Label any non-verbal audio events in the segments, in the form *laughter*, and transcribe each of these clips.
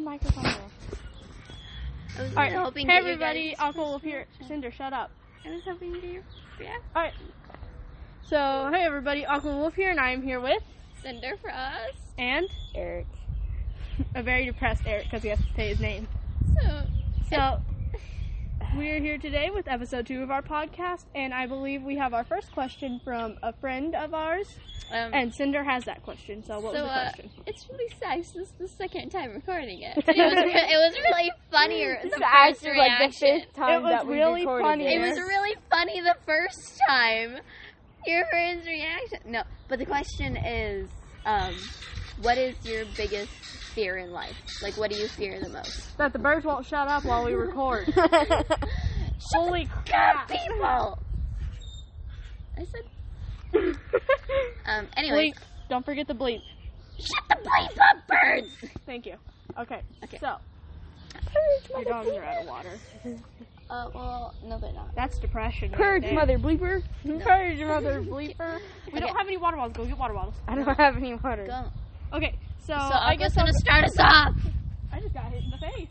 microphone there. I was All right, hoping hey that you everybody, guys- Uncle Wolf here. Cinder, shut up. I was hoping to you. Yeah. All right. So, hey everybody, Uncle Wolf here, and I am here with Cinder Frost. and Eric. *laughs* a very depressed Eric because he has to say his name. So, So, we're here today with episode two of our podcast, and I believe we have our first question from a friend of ours, um, and Cinder has that question. So, what was the So, uh, question? it's really sad. This is the second time recording *laughs* it. But it was re- it was really funnier the first actually like the reaction. fifth time It was that we really recorded funny. It It. was really funny the first time. Your friend's reaction. No, but the question is, um, what is your biggest fear in life? Like, what do you fear *laughs* the most? That the birds won't shut up while we *laughs* record. *laughs* Holy God, crap! people. I said. *laughs* Um. Anyways, Bleep. Don't forget the bleep. shut the bleep up, birds. Thank you. Okay. Okay. So, your dogs are out of water. Uh. Well, no, they're not. That's depression. right Purge, there. mother bleeper. Purge, mother bleeper. We don't Okay. have any water bottles. Go get water bottles. I don't have any water. Go. Okay. So, So Oh, I I guess was I'll- gonna start us off. I just got hit in the face.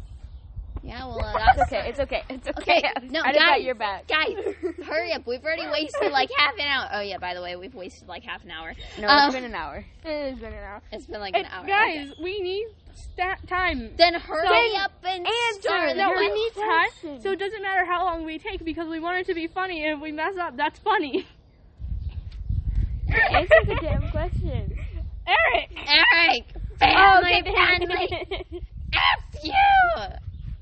Yeah. *laughs* Well, uh, It's that's okay. It's okay. It's okay. Okay, no, I just got guys. your *laughs* back. Guys, hurry up! We've already wasted like half an hour. Oh yeah, by the way, we've wasted like half an hour. No, Um, it's been an hour. It's been an hour. It's been like an Hey, hour. Guys, Okay. we need stat time. then hurry Then up and answer start. No, we You're need time, pressing. so it doesn't matter how long we take because we want it to be funny. And if we mess up, that's funny. *laughs* *laughs* Answer the damn *laughs* question. Eric. Eric, Oh, Oh, family, family, *laughs* f you.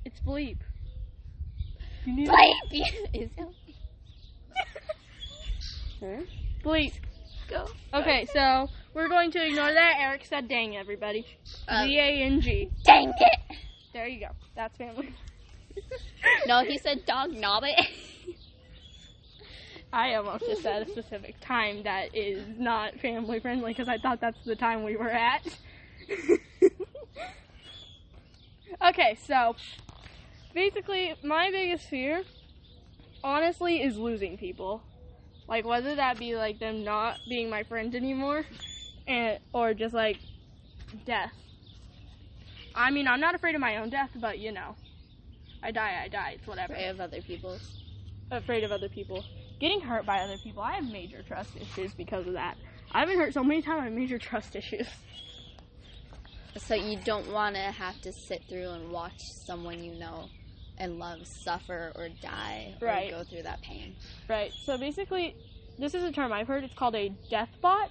It's bleep. You need Bleep *laughs* you. Is that- bleep. go? Okay, so we're going to ignore that. Eric said dang, everybody. Um, D A N G. Dang it! There you go. That's family. *laughs* No, he said dog knobbit. *laughs* I almost just said a specific time that is not family friendly because I thought that's the time we were at. *laughs* okay, so basically, my biggest fear, honestly, is losing people. Like whether that be like them not being my friend anymore, and or just like death. I mean, I'm not afraid of my own death, but you know, I die, I die. It's whatever Afraid of other people's. afraid of other people. Getting hurt by other people, I have major trust issues because of that. I've been hurt so many times, I have major trust issues. *laughs* So you don't want to have to sit through and watch someone you know and love suffer or die or Right. go through that pain. Right, so basically, this is a term I've heard. It's called a death bot.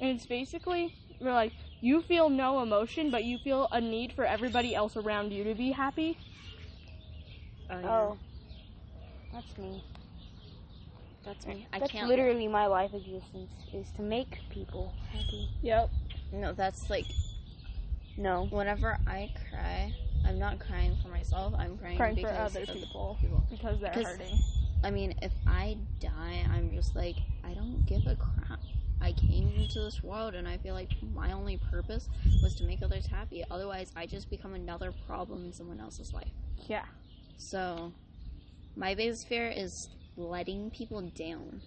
And it's basically, we're like, you feel no emotion, but you feel a need for everybody else around you to be happy. Oh, that's me. that's me. I that's can't. literally my life existence is to make people happy. Yep. No, that's like No. whenever I cry, I'm not crying for myself. I'm crying, Crying for because other of the people. people. Because they're 'Cause- hurting. I mean, if I die, I'm just like, I don't give a crap. I came into this world and I feel like my only purpose was to make others happy. Otherwise, I just become another problem in someone else's life. Yeah. So, my biggest fear is letting people down,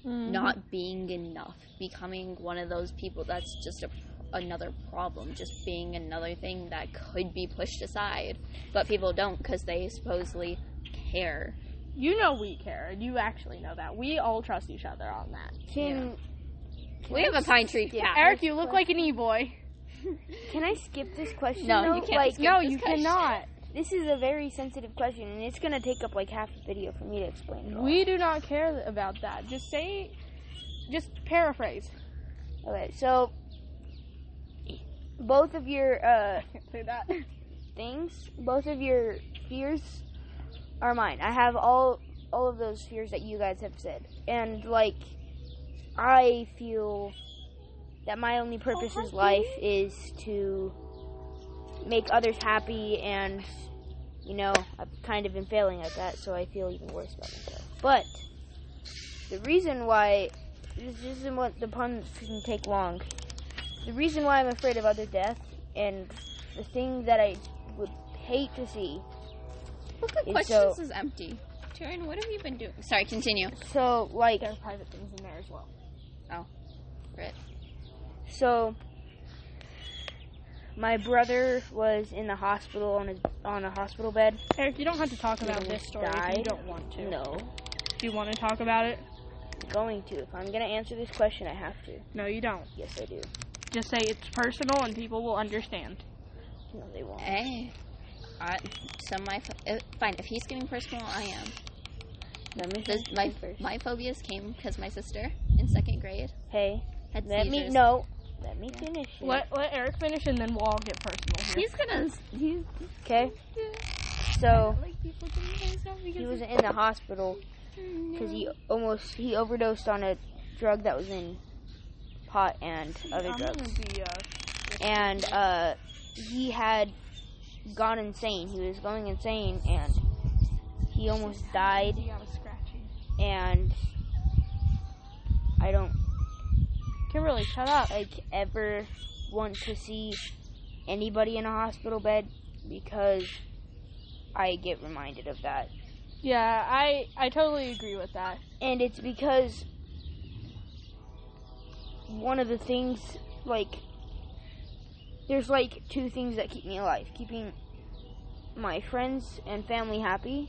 Mm-hmm. not being enough, becoming one of those people that's just a, another problem, just being another thing that could be pushed aside. But people don't because they supposedly care. You know we care, and you actually know that. We all trust each other on that. Can We have a pine tree. Yeah. Eric, you look like an e boy. can I skip this question? No, you though? can't Like, skip No, this you question. cannot. this is a very sensitive question, and it's gonna take up like half a video for me to explain. it all. We do not care th- about that. Just say, just paraphrase. Okay, so both of your uh, I can't say that. *laughs* things, both of your fears are mine. I have all all of those fears that you guys have said, and like I feel that my only purpose in life is to make others happy, and you know I've kind of been failing at that, so I feel even worse about myself. But the reason why this isn't what the pun shouldn't take long. The reason why I'm afraid of other death and the thing that I would hate to see. Look at It's questions so- is empty. Taryn, what have you been doing? Sorry, continue. So like There are private things in there as well. so my brother was in the hospital on his on a hospital bed. Eric, you don't have to talk about Little this story guy. if you don't want to. No, Do you want to talk about it? going to. If I'm gonna answer this question, I have to. No, you don't. Yes, I do. Just say it's personal and people will understand. No, they won't. Eh, Hey, I, so my ph- uh, fine. If he's getting personal, I am. Let me *laughs* This, finish my first. my phobias came because my sister in second grade hey, had let me seizures. no. Let me Yeah. finish. it. Let let Eric finish and then we'll all get personal here. He's gonna. s- He's Okay. So like people getting personal because he was in the hospital because he almost he overdosed on a drug that was in pot and other I'm drugs. gonna be, uh, and uh, he had gone insane. He was going insane, and he almost died. you got a scratching. And I don't, Kimberly, shut up. like, ever want to see anybody in a hospital bed because I get reminded of that. Yeah, I I totally agree with that. And it's because one of the things, like, there's like two things that keep me alive keeping my friends and family happy.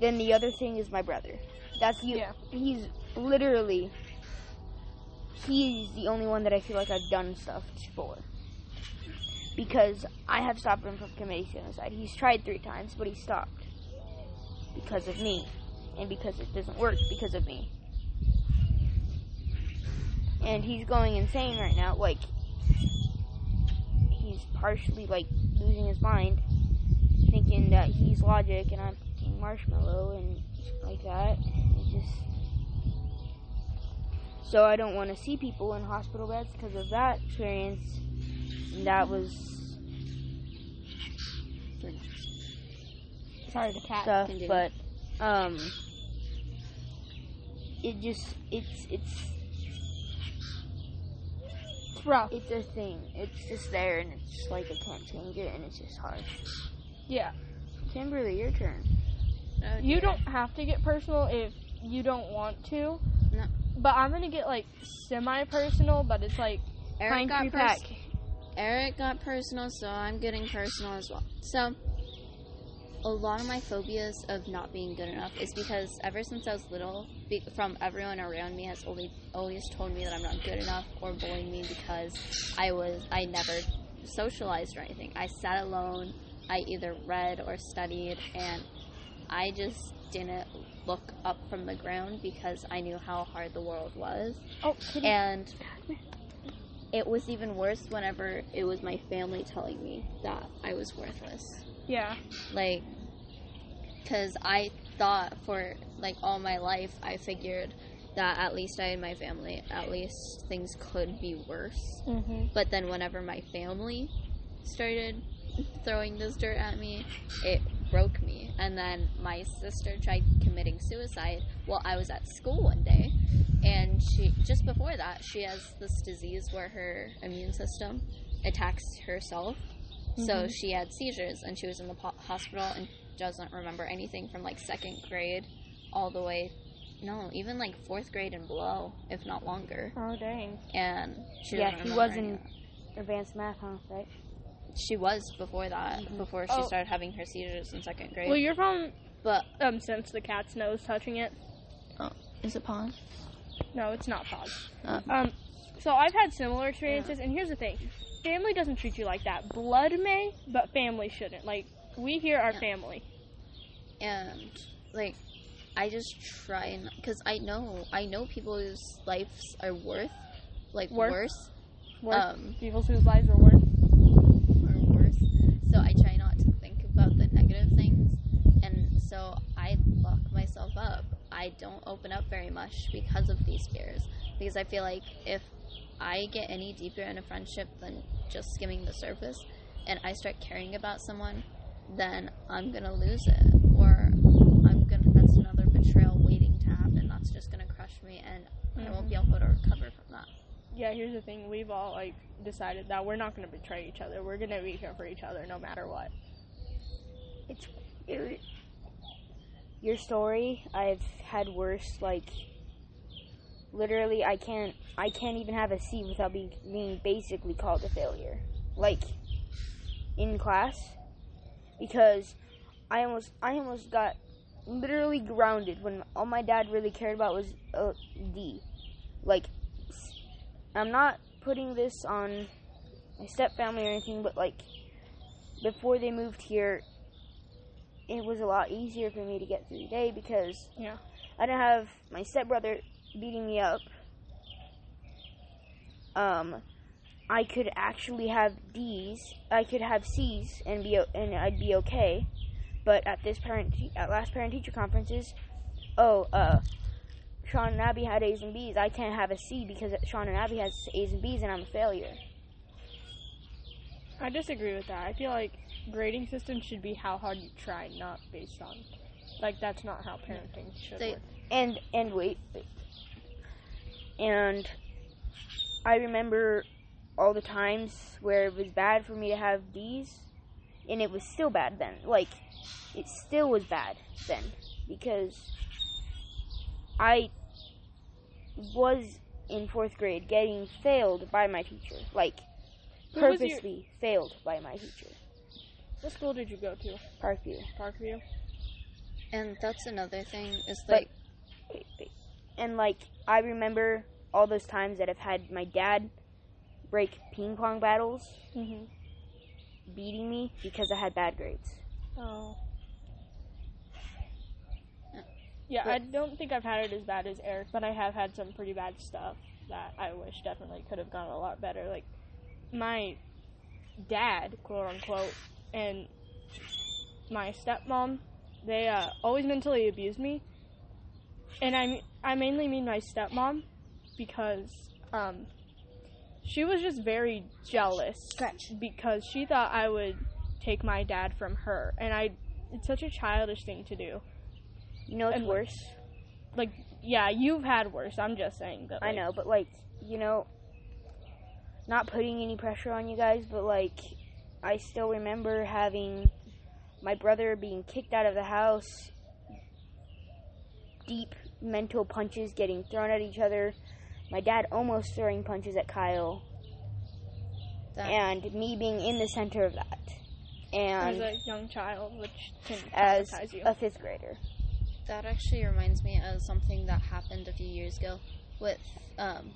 Then the other thing is my brother. That's you. Yeah. He's literally, he's the only one that I feel like I've done stuff for. Because I have stopped him from committing suicide. He's tried three times, but he stopped. Because of me. And because it doesn't work because of me. And he's going insane right now. Like, he's partially like losing his mind, thinking that he's logic and I'm fucking marshmallow and like that. It just so I don't want to see people in hospital beds because of that experience. And that was Sorry, the cat. stuff, Continue. but um, it just it's it's It's rough. it's a thing. It's just there, and it's just like I can't change it, and it's just hard. Yeah, Kimberly, your turn. Oh, you dear. don't have to get personal if you don't want to. No. But I'm gonna get like semi-personal, but it's like pine Eric tree got pack. pers- Eric got personal, so I'm getting personal as well. So, a lot of my phobias of not being good enough is because ever since I was little, be- from everyone around me has always always told me that I'm not good enough or bullied me because I was I never socialized or anything. I sat alone. I either read or studied, and I just didn't look up from the ground because I knew how hard the world was Oh, kitty. and it was even worse whenever it was my family telling me that I was worthless. yeah, Like, because I thought for like all my life, I figured that at least I had my family, at least things could be worse. mm-hmm. But then whenever my family started throwing this dirt at me, it broke me. And then my sister tried committing suicide while I was at school one day. And she just before that, she has this disease where her immune system attacks herself. So Mhm. she had seizures and she was in the po- hospital and doesn't remember anything from like second grade all the way no, even like fourth grade and below, if not longer. oh dang. And she Yeah, doesn't he remember was any in- of that Advanced math, huh? Right. she was before that, Mhm. before she Oh. started having her seizures in second grade. Well, you're from but um since the cat's nose touching it. Is it pond? No, it's not pause. Uh-uh. Uh. Um, so I've had similar experiences, and here's the thing: family doesn't treat you like that. Blood may, but family shouldn't. Like we here are Yeah. family. and like, I just try and because I know I know people whose lives are worth like Worth? worse, Worth um, people whose lives are worth. or worse. So I try not to think about the negative things, and so I lock myself up. I don't open up very much because of these fears, because I feel like if I get any deeper in a friendship than just skimming the surface, and I start caring about someone, then I'm gonna lose it, or I'm gonna that's another betrayal waiting to happen. That's just gonna crush me, and I won't be able to recover from that. Yeah, here's the thing: we've all like decided that we're not going to betray each other. We're going to be here for each other no matter what. Your, your story, I've had worse. Like, literally, I can't. I can't even have a C without being being basically called a failure. like in class because I almost I almost got literally grounded when all my dad really cared about was a D. Like I'm not putting this on my step family or anything, but like before they moved here, it was a lot easier for me to get through the day because Yeah. I didn't have my stepbrother beating me up. Um, I could actually have D's. I could have C's and be o- and I'd be okay. But at this parent te- at last parent teacher conferences, oh uh, Sean and Abby had A's and B's. I can't have a C because Sean and Abby has A's and B's, and I'm a failure. I disagree with that. I feel like grading system should be how hard you try, not based on. Like that's not how parenting should They- work. and and wait, wait. and I remember all the times where it was bad for me to have D's, and it was still bad then. Like it still was bad then because I was in fourth grade getting failed by my teacher, like Who was your- purposely failed by my teacher, What school did you go to? Parkview. Parkview. And that's another thing is But- like Wait, wait. And like I remember all those times that I've had my dad break ping pong battles, Mhm. beating me because I had bad grades. Oh. Yeah, I don't think I've had it as bad as Eric, but I have had some pretty bad stuff that I wish definitely could have gone a lot better. Like my dad, quote unquote, and my stepmom, they uh, always mentally abused me, and I I mainly mean my stepmom because um she was just very jealous because she thought I would take my dad from her, and I it's such a childish thing to do. You know it's And, like, worse. Like, yeah, you've had worse. I'm just saying that. I like, know, but like you know, not putting any pressure on you guys, but like I still remember having my brother being kicked out of the house, deep mental punches getting thrown at each other, my dad almost throwing punches at Kyle. that. and me being in the center of that, As and a young child, which can Um, as traumatize you. *laughs* a fifth grader. That actually reminds me of something that happened a few years ago with um,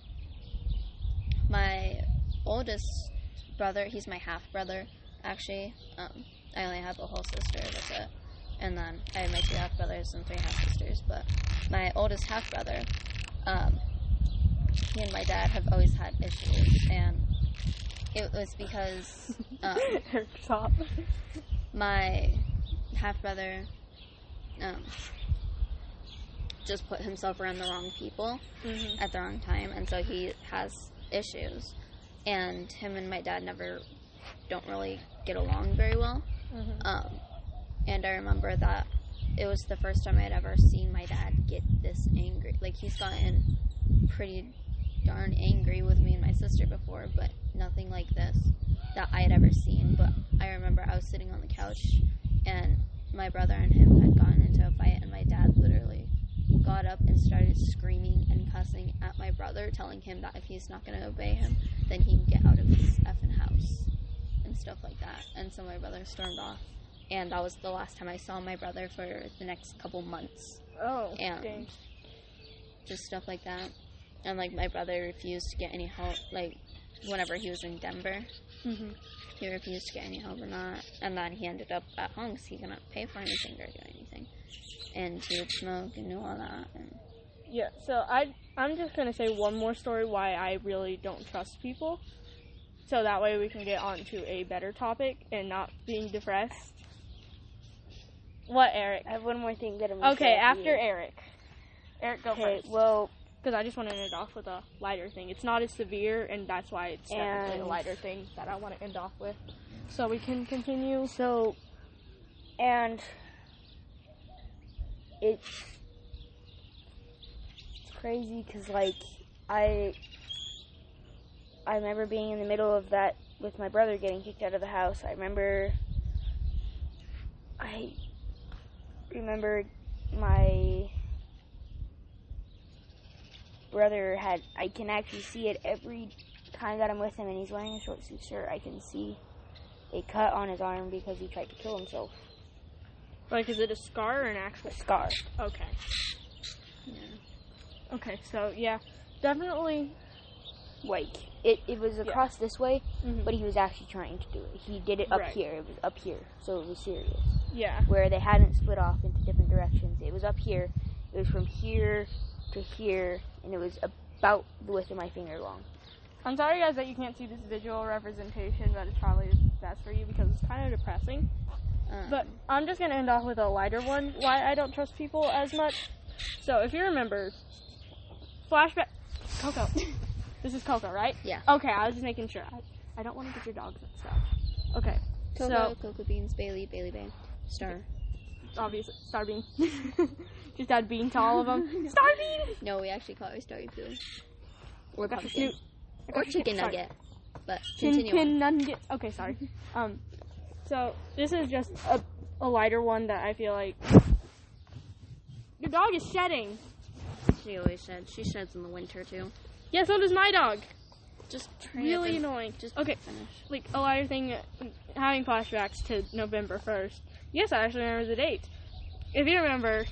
my oldest brother. He's my half brother, actually. Um, I only have a whole sister, that's it. And then I have my two half brothers and three half sisters. But my oldest half brother, um, he and my dad have always had issues. And it was because. Um, Eric's hot. my half brother um, just put himself around the wrong people Mm-hmm. Mhm. at the wrong time, and so he has issues. And him and my dad never don't really get along very well. Mhm. Um, and I remember that it was the first time I'd ever seen my dad get this angry. Like he's gotten pretty darn angry with me and my sister before, but nothing like this that I had ever seen. But I remember I was sitting on the couch and my brother and him had gotten into a fight, and my dad literally got up and started screaming and cussing at my brother, telling him that if he's not going to obey him, then he can get out of his effing house and stuff like that. And so my brother stormed off. And that was the last time I saw my brother for the next couple months. Oh, and- dang. Just stuff like that. And like my brother refused to get any help, like whenever he was in Denver, Mm-hmm. Mhm. he refused to get any help in that. And then he ended up at home because he couldn't pay for anything or do anything. And he would smoke and do all that. And Yeah. So I I'm just gonna say one more story why I really don't trust people, so that way we can get on to a better topic and not being depressed. What Eric? I have one more thing that I'm gonna Okay, say after you. Eric. Eric, go Okay, first. well, Because I just want to end it off with a lighter thing. It's not as severe, and that's why it's definitely a And- lighter thing that I want to end off with. So we can continue. so and it's it's crazy because like I I remember being in the middle of that with my brother getting kicked out of the house. I remember I remember my brother had I can actually see it every time that I'm with him and he's wearing a short sleeve shirt, I can see a cut on his arm because he tried to kill himself. Like, is it a scar or an actual? A scar. Okay. Yeah. Okay. So yeah, definitely. Like it, it was Yeah. across this way, mhm, but he was actually trying to do it. He did it up Right. here. It was up here, so it was serious. yeah. Where they hadn't split off into different directions. It was up here. It was from here to here, and it was about the width of my finger long. I'm sorry, guys, that you can't see this visual representation, but it's probably best for you because it's kind of depressing. Um, But I'm just gonna end off with a lighter one. Why I don't trust people as much. So if you remember, flashback. *laughs* Coco. this is Coco, right? Yeah. Okay, I was just making sure. I, I don't want to get your dogs mixed up. Okay. Cocoa, Cocoa Beans, Bailey, Bailey Bay, Star. So obviously, Starbean. *laughs* just add bean to all of *laughs* them. Starbean. No, we actually call her Star too. Or Got your pumpkin. Snoop. Or chicken Sorry. nugget. But Chin continue. on. Chin Nuggets. Okay, sorry. Um, so this is just a, a lighter one that I feel like your dog is shedding. She always sheds. She sheds in the winter too. Yeah, so does my dog. Just try Really and annoying. Just okay, finish. like a lighter thing. uh, Having flashbacks to November first. Yes, I actually remember the date. If you remember,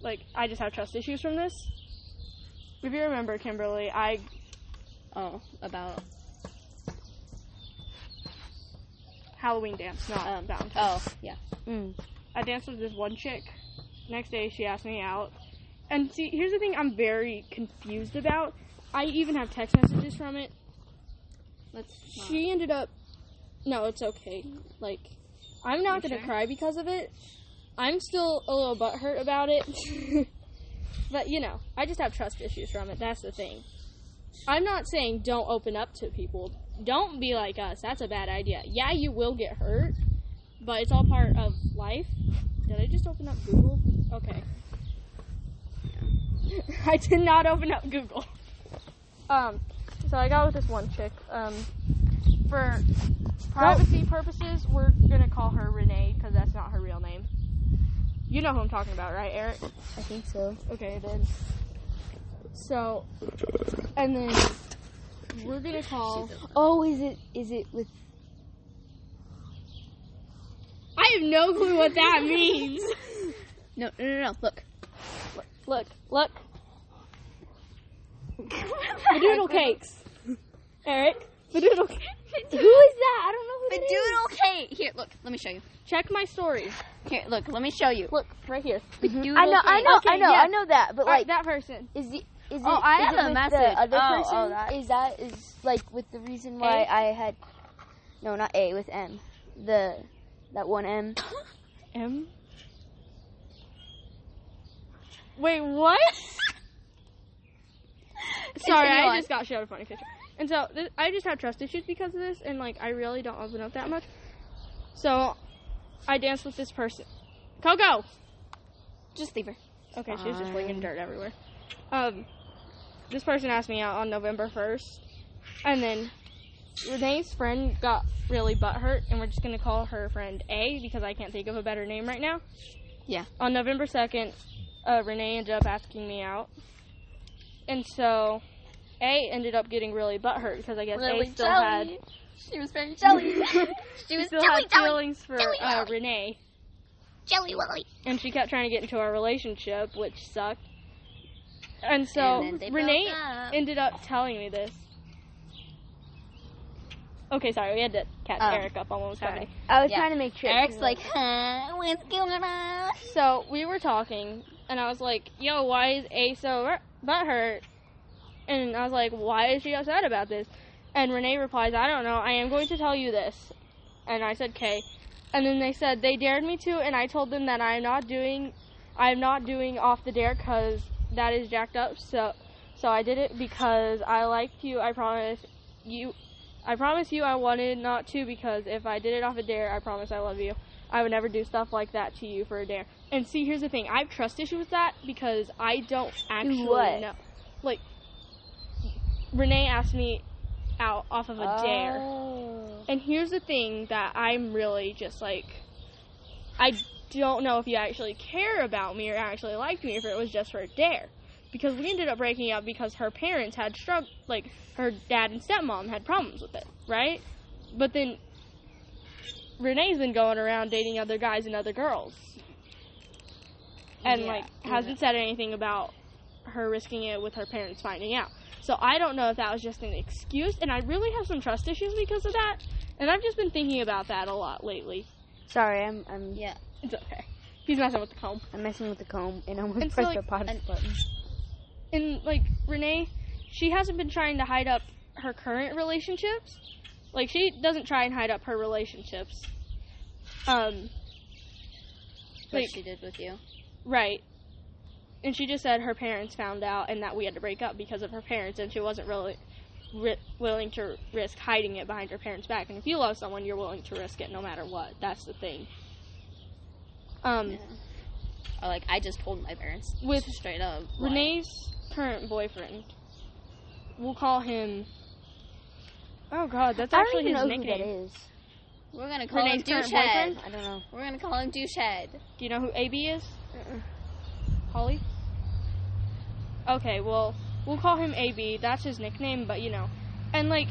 like I just have trust issues from this. If you remember, Kimberly, I Oh, about Halloween dance, not um. Valentine's. Oh, yeah. Mm. I danced with this one chick. Next day, she asked me out. And see, here's the thing I'm very confused about. I even have text messages from it. Let's. She ended up. No, it's okay. Like, I'm not You gonna sure? cry because of it. I'm still a little butthurt about it. *laughs* but, you know, I just have trust issues from it. That's the thing. I'm not saying don't open up to people. Don't be like us. That's a bad idea. Yeah, you will get hurt, but it's all part of life. Did I just open up Google? Okay. *laughs* I did not open up Google. Um, so I got with this one chick. Um, for privacy purposes, we're gonna call her Renee because that's not her real name. You know who I'm talking about, right, Eric? I think so. Okay, then. So, and then we're gonna call. Oh, is it? Is it with? I have no clue what *laughs* that means. No, no, no, no. Look. Look, look. Badoodle cakes. Eric, badoodle cakes. *laughs* Who is that? I don't know who that is. Badoodle cake. Here, look. Let me show you. Check my story. Here, look. Let me show you. Mm-hmm. Look, right here. Badoodle I know, I know, Okay, I know, yeah. I know that. But Alright, like, that person. is the is Oh, it, I is have it a with message. the other Oh, person? oh, that- Is that is like with the reason why A? I had no, not A with M, the that one M. M. Wait, *laughs* what? Sorry, Continue I on. just got shouted from the kitchen. And so th- I just have trust issues because of this, and like I really don't open up that much. So I danced with this person, Coco. Just leave her. Okay, she was just flinging Fine. dirt everywhere. Um, this person asked me out on November first, and then Renee's friend got really butthurt, and we're just gonna call her friend A because I can't think of a better name right now. Yeah. On November second, uh, Renee ended up asking me out, and so A ended up getting really butthurt because I guess A still had She was very *laughs* jelly. she she was still jelly, had jelly, feelings for jelly, uh, jelly. Renee, jelly, jelly. and she kept trying to get into our relationship, which sucked. And so And then they Renee broke up. ended up telling me this. Okay, sorry, we had to catch Um, Eric up on what was happening. I was Yeah. trying to make sure. Eric's like, huh, what's going on? So we were talking, and I was like, "Yo, why is A so r- butthurt?" And I was like, "Why is she upset about this?" And Renee replies, "I don't know. I am going to tell you this." And I said, "K." And then they said they dared me to, and I told them that I am not doing, I am not doing off the dare because that is jacked up. So, so I did it because I liked you. I promise you. I promise you I wanted not to because if I did it off a dare, I promise I love you. I would never do stuff like that to you for a dare. And see, here's the thing: I have trust issue with that because I don't actually what? know. Like, Renee asked me out off of a Oh. dare, and here's the thing that I'm really just like, I don't know if you actually care about me or actually like me if it was just for a dare. because we ended up breaking up because her parents had strugg like her dad and stepmom had problems with it, right? But then Renee's been going around dating other guys and other girls. And Yeah, like hasn't said anything about her risking it with her parents finding out. So I don't know if that was just an excuse and I really have some trust issues because of that. And I've just been thinking about that a lot lately. Sorry, I'm I'm Yeah. It's okay. He's messing with the comb. I'm messing with the comb and I almost And so, pressed like, the pod an- button. and like Renee, she hasn't been trying to hide up her current relationships. Like she doesn't try and hide up her relationships. Um, What Like- she did with you. right. And she just said her parents found out and that we had to break up because of her parents, and she wasn't really ri- willing to risk hiding it behind her parents' back. And if you love someone, you're willing to risk it no matter what. That's the thing. Um, Yeah. Or, like I just told my parents With straight up. like- Renee's current boyfriend. We'll call him. Oh God, that's I don't actually even his know who nickname. that is. We're gonna call Renee's him current douchehead. I don't know. We're gonna call him douchehead. Do you know who AB is? Holly. Okay, well, we'll call him AB. That's his nickname, but you know, and like,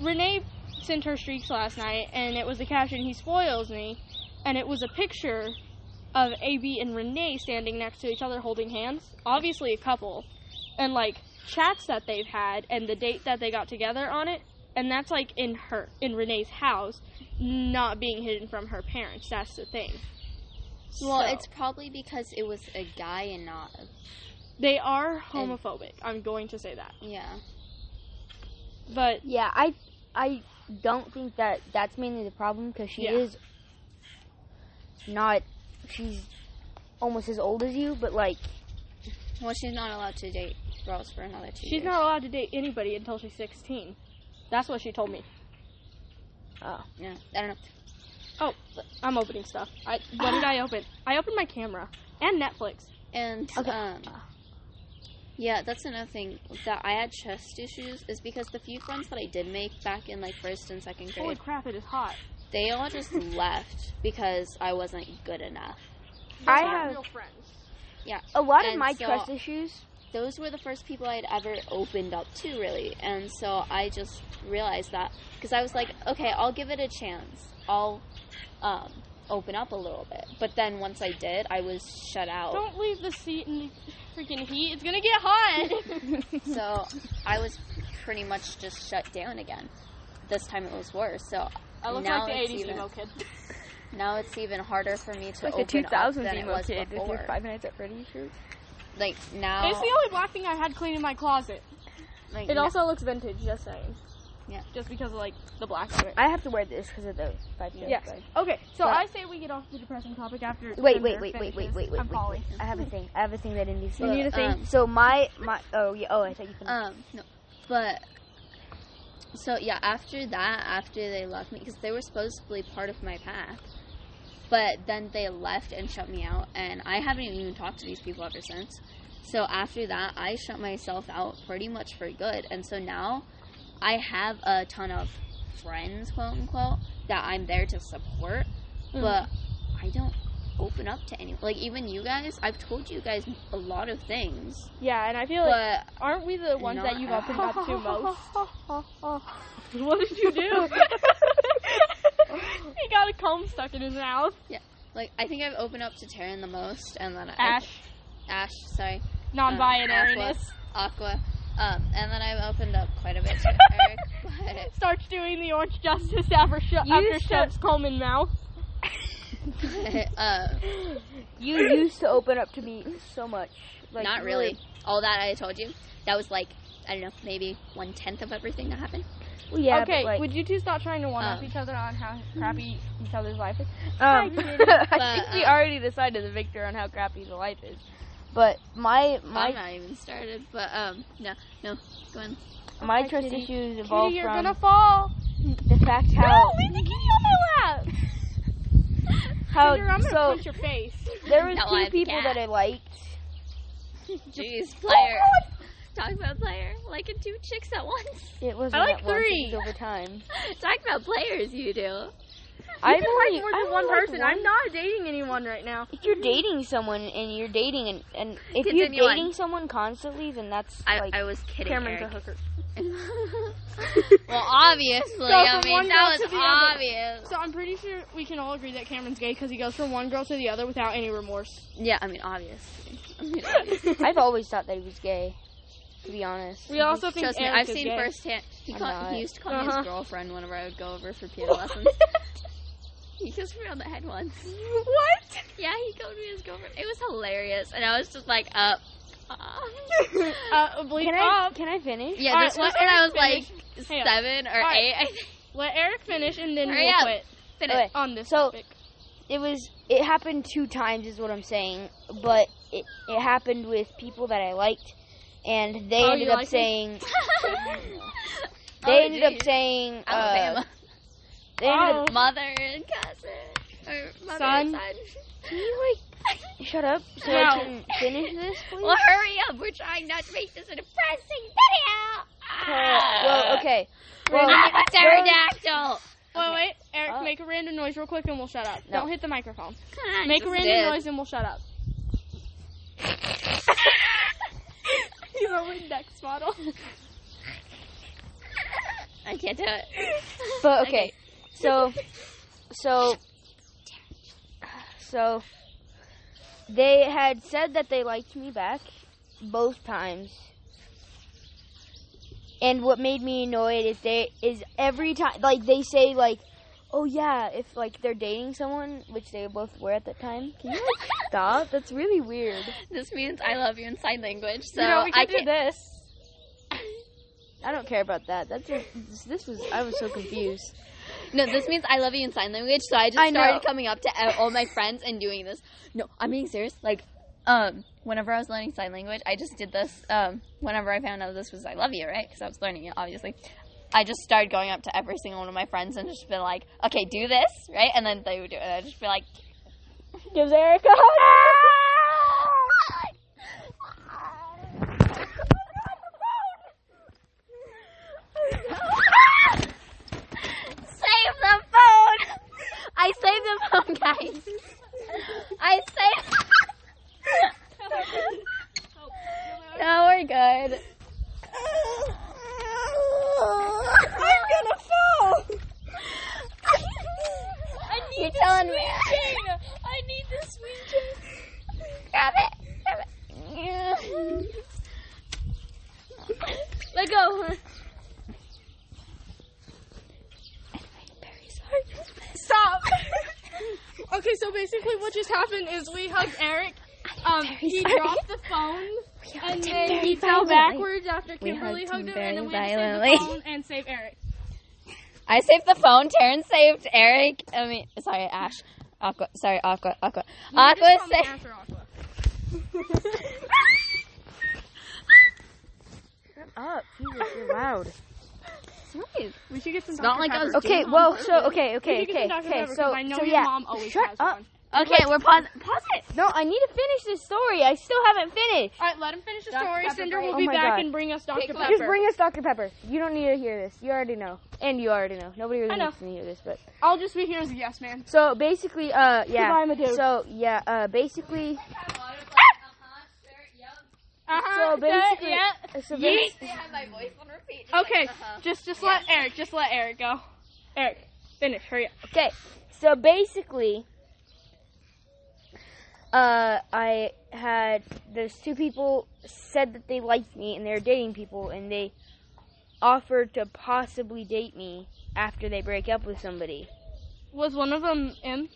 Renee sent her streaks last night, and it was the caption "He spoils me," and it was a picture of AB and Renee standing next to each other holding hands. Obviously, a couple, and like chats that they've had and the date that they got together on it, and that's like in her in Renee's house, not being hidden from her parents. That's the thing. Well, So- it's probably because it was a guy and not a They are homophobic. I'm going to say that. yeah. But Yeah, I I don't think that that's mainly the problem because she Yeah. is not. She's almost as old as you, but like Well, she's not allowed to date girls for another two. she's years. not allowed to date anybody until she's 16. That's what she told me. Yeah, I don't know. Oh, I'm opening stuff. I what did I open? I opened my camera and Netflix. And Okay. um, yeah, that's another thing that I had trust issues is because the few friends that I did make back in like first and second Holy grade, crap, it is hot. they *laughs* all just left because I wasn't good enough. I They're not have- real friends. a lot of And my so- trust issues. Those were the first people I'd ever opened up to, really, and so I just realized that because I was like, okay, I'll give it a chance. I'll um, open up a little bit, but then once I did, I was shut *laughs* out. Don't leave the seat in the freaking heat. It's gonna get hot. *laughs* So I was pretty much just shut down again. This time it was worse. So I look Now like the it's 80s even- emo kid. now it's even harder for me to open up than it was before. Nights at Freddy's shirt. Like now, It's the only black thing I had clean in my closet. like, It now- also looks vintage. Just saying. Yeah. Just because of like the black of it. I have to wear this because of the five kids. Yes. Okay, so But- I say we get off the depressing topic after. Wait, wait, Cinder wait, wait, wait, finishes. wait, wait, I'm wait, Polly. wait. I have a thing. I have a thing that Indy said. need a thing? um, so my my oh yeah oh I thought you finished. um no, but so yeah. After that, after they left me because they were supposedly part of my path, but then they left and shut me out, and I haven't even talked to these people ever since. So after that, I shut myself out pretty much for good, and so now I have a ton of friends, quote unquote, that I'm there to support, Mm-hmm. Mm. but I don't open up to anyone. Like even you guys, I've told you guys a lot of things, Yeah, and I feel like but aren't we the ones that Not you've at opened up *laughs* to most? *laughs* *laughs* what did you do? *laughs* he got a comb stuck in his mouth. like I think I've opened up to Taryn the most, and then I- Ash, Ash, sorry, um, non-binariness. Aqua, um, and then I've opened up quite a bit *laughs* to Eric, but Starts doing the orange justice after sho- after shoves comb in mouth. uh, you used to open up to me so much. Like, not you really. All that I told you, that was like I don't know, maybe one tenth of everything that happened. were- Well, yeah. okay, But, like, Oh. would you two stop trying to one-up Um, each other on how crappy each other's life is? Uh. Um, *laughs* I think But, we um, already decided the victor on how crappy the life is. uh, But my I'm my not even started, but um, *laughs* no, no, go on. my Hi, trust kitty. issues evolve Kitty, you're from gonna fall. the *laughs* fact how leave the kitty on my lap. how Cinder, I'm gonna so punch your face. there *laughs* was No, two I'm people cat. that I liked. Jeez, player, talk about player, like in two chicks at once. *laughs* It was I like that once, it three. was over time. talk about players, you do. I I've can only- like more than I've one only liked person. one. I'm not dating anyone right now. If you're dating someone and you're dating and, and if Continue you're on. dating someone constantly, then that's I, like I was kidding, Cameron's a Eric. hooker. *laughs* well, obviously, Go I from one mean girl that to was the other. obvious. So I'm pretty sure we can all agree that Cameron's gay because he goes from one girl to the other without any remorse. Yeah, I mean obviously. I mean, *laughs* I've always thought that he was gay. To be honest, We also think Trust me, Eric I've is seen gay. firsthand. He, I'm call, not. he used to call me Uh-huh. his girlfriend whenever I would go over for *laughs* piano lessons. he kissed me on the head once. What? Yeah, he called me his girlfriend. It was hilarious, and I was just like, *laughs* up. Um, Uh, bleep can I up. can I finish? yeah, Alright, this was let when I was Eric like Hang on. seven or Alright. eight. *laughs* I think. Let Eric finish and then Hurry we'll up. quit Finish. Okay. on this So- topic. It was it happened two times, is what I'm saying. But it it happened with people that I liked, and they Oh, ended you up liked me? saying *laughs* Oh, they ended up geez. saying *laughs* uh, Alabama. They ended up, Oh. mother and cousin. Or mother Son. and son. can you *laughs* like shut up so No. I can finish this, please? Well, hurry up. We're trying not to make this a depressing video. Ah. well, okay. Well, I'm a pterodactyl. Wait, wait. Eric, Oh. make a random noise real quick and we'll shut up. No. Don't hit the microphone. Come on, Make a this random is good. noise and we'll *laughs* shut up. He's a Windex model. *laughs* I can't do it. But okay, so, so, so, they had said that they liked me back both times. And what made me annoyed is they is every time like they say like, oh yeah, if like they're dating someone, which they both were at that time. Can you like, stop? That's really weird. *laughs* This means I love you in sign language, so you know, we can I do can. this. I don't care about that. That's a, this, this was I was so confused. No, this means I love you in sign language, so I just I know. started coming up to e- all my friends and doing this. No, I'm being serious. Like, um, whenever I was learning sign language, I just did this. Um, whenever I found out this was I love you, right? Because I was learning it, obviously. I just started going up to every single one of my friends and just been like, okay, do this, right? And then they would do it. And I'd just be like, *laughs* Gives Eric a Save the phone! I saved the phone, guys. I saved. *laughs* no, we're good. I'm gonna fall. I need You're telling me. I need the sweet cane. Grab it. Grab it. Let go. Stop. *laughs* okay, so basically what just happened is we hugged Eric. Um, he dropped the phone, and then he fell backwards after Kimberly hugged hugged him him, and then we had very to save violently. the phone and save Eric. I saved the phone. Taryn saved Eric. I mean, sorry, Ash. Aqua. Sorry, Aqua. Aqua. You can Aqua just call me saved. after Aqua. up. Jesus, you're loud. We should get some. not Dr. like I Pepper. was Okay, James on well, purpose. so okay, okay, We should okay, get some Dr. okay. Pepper, 'cause So, I know so your yeah. mom always Shut has up. one. Okay, we're pause. Pause it. No, I need to finish this story. I still haven't finished. All right, let him finish the Dr. story. Pepper, Cinder will please. be Oh my back God. and bring us Dr. Pick Pepper. Just bring us Dr. Pepper. You don't need to hear this. You already know, and you already know. Nobody I really know. needs to hear this, but I'll just be here as a yes man. so basically, uh, yeah. Goodbye, my dude. So yeah, uh, basically, Ah! Uh-huh. So basically- uh, yeah. so Yeet. bas- Okay, uh-huh. just just let Eric, just let Eric go. Eric, finish. Hurry up. okay. So basically, uh, I had those two people said that they liked me and they're dating people, and they offered to possibly date me after they break up with somebody. Was one of them in?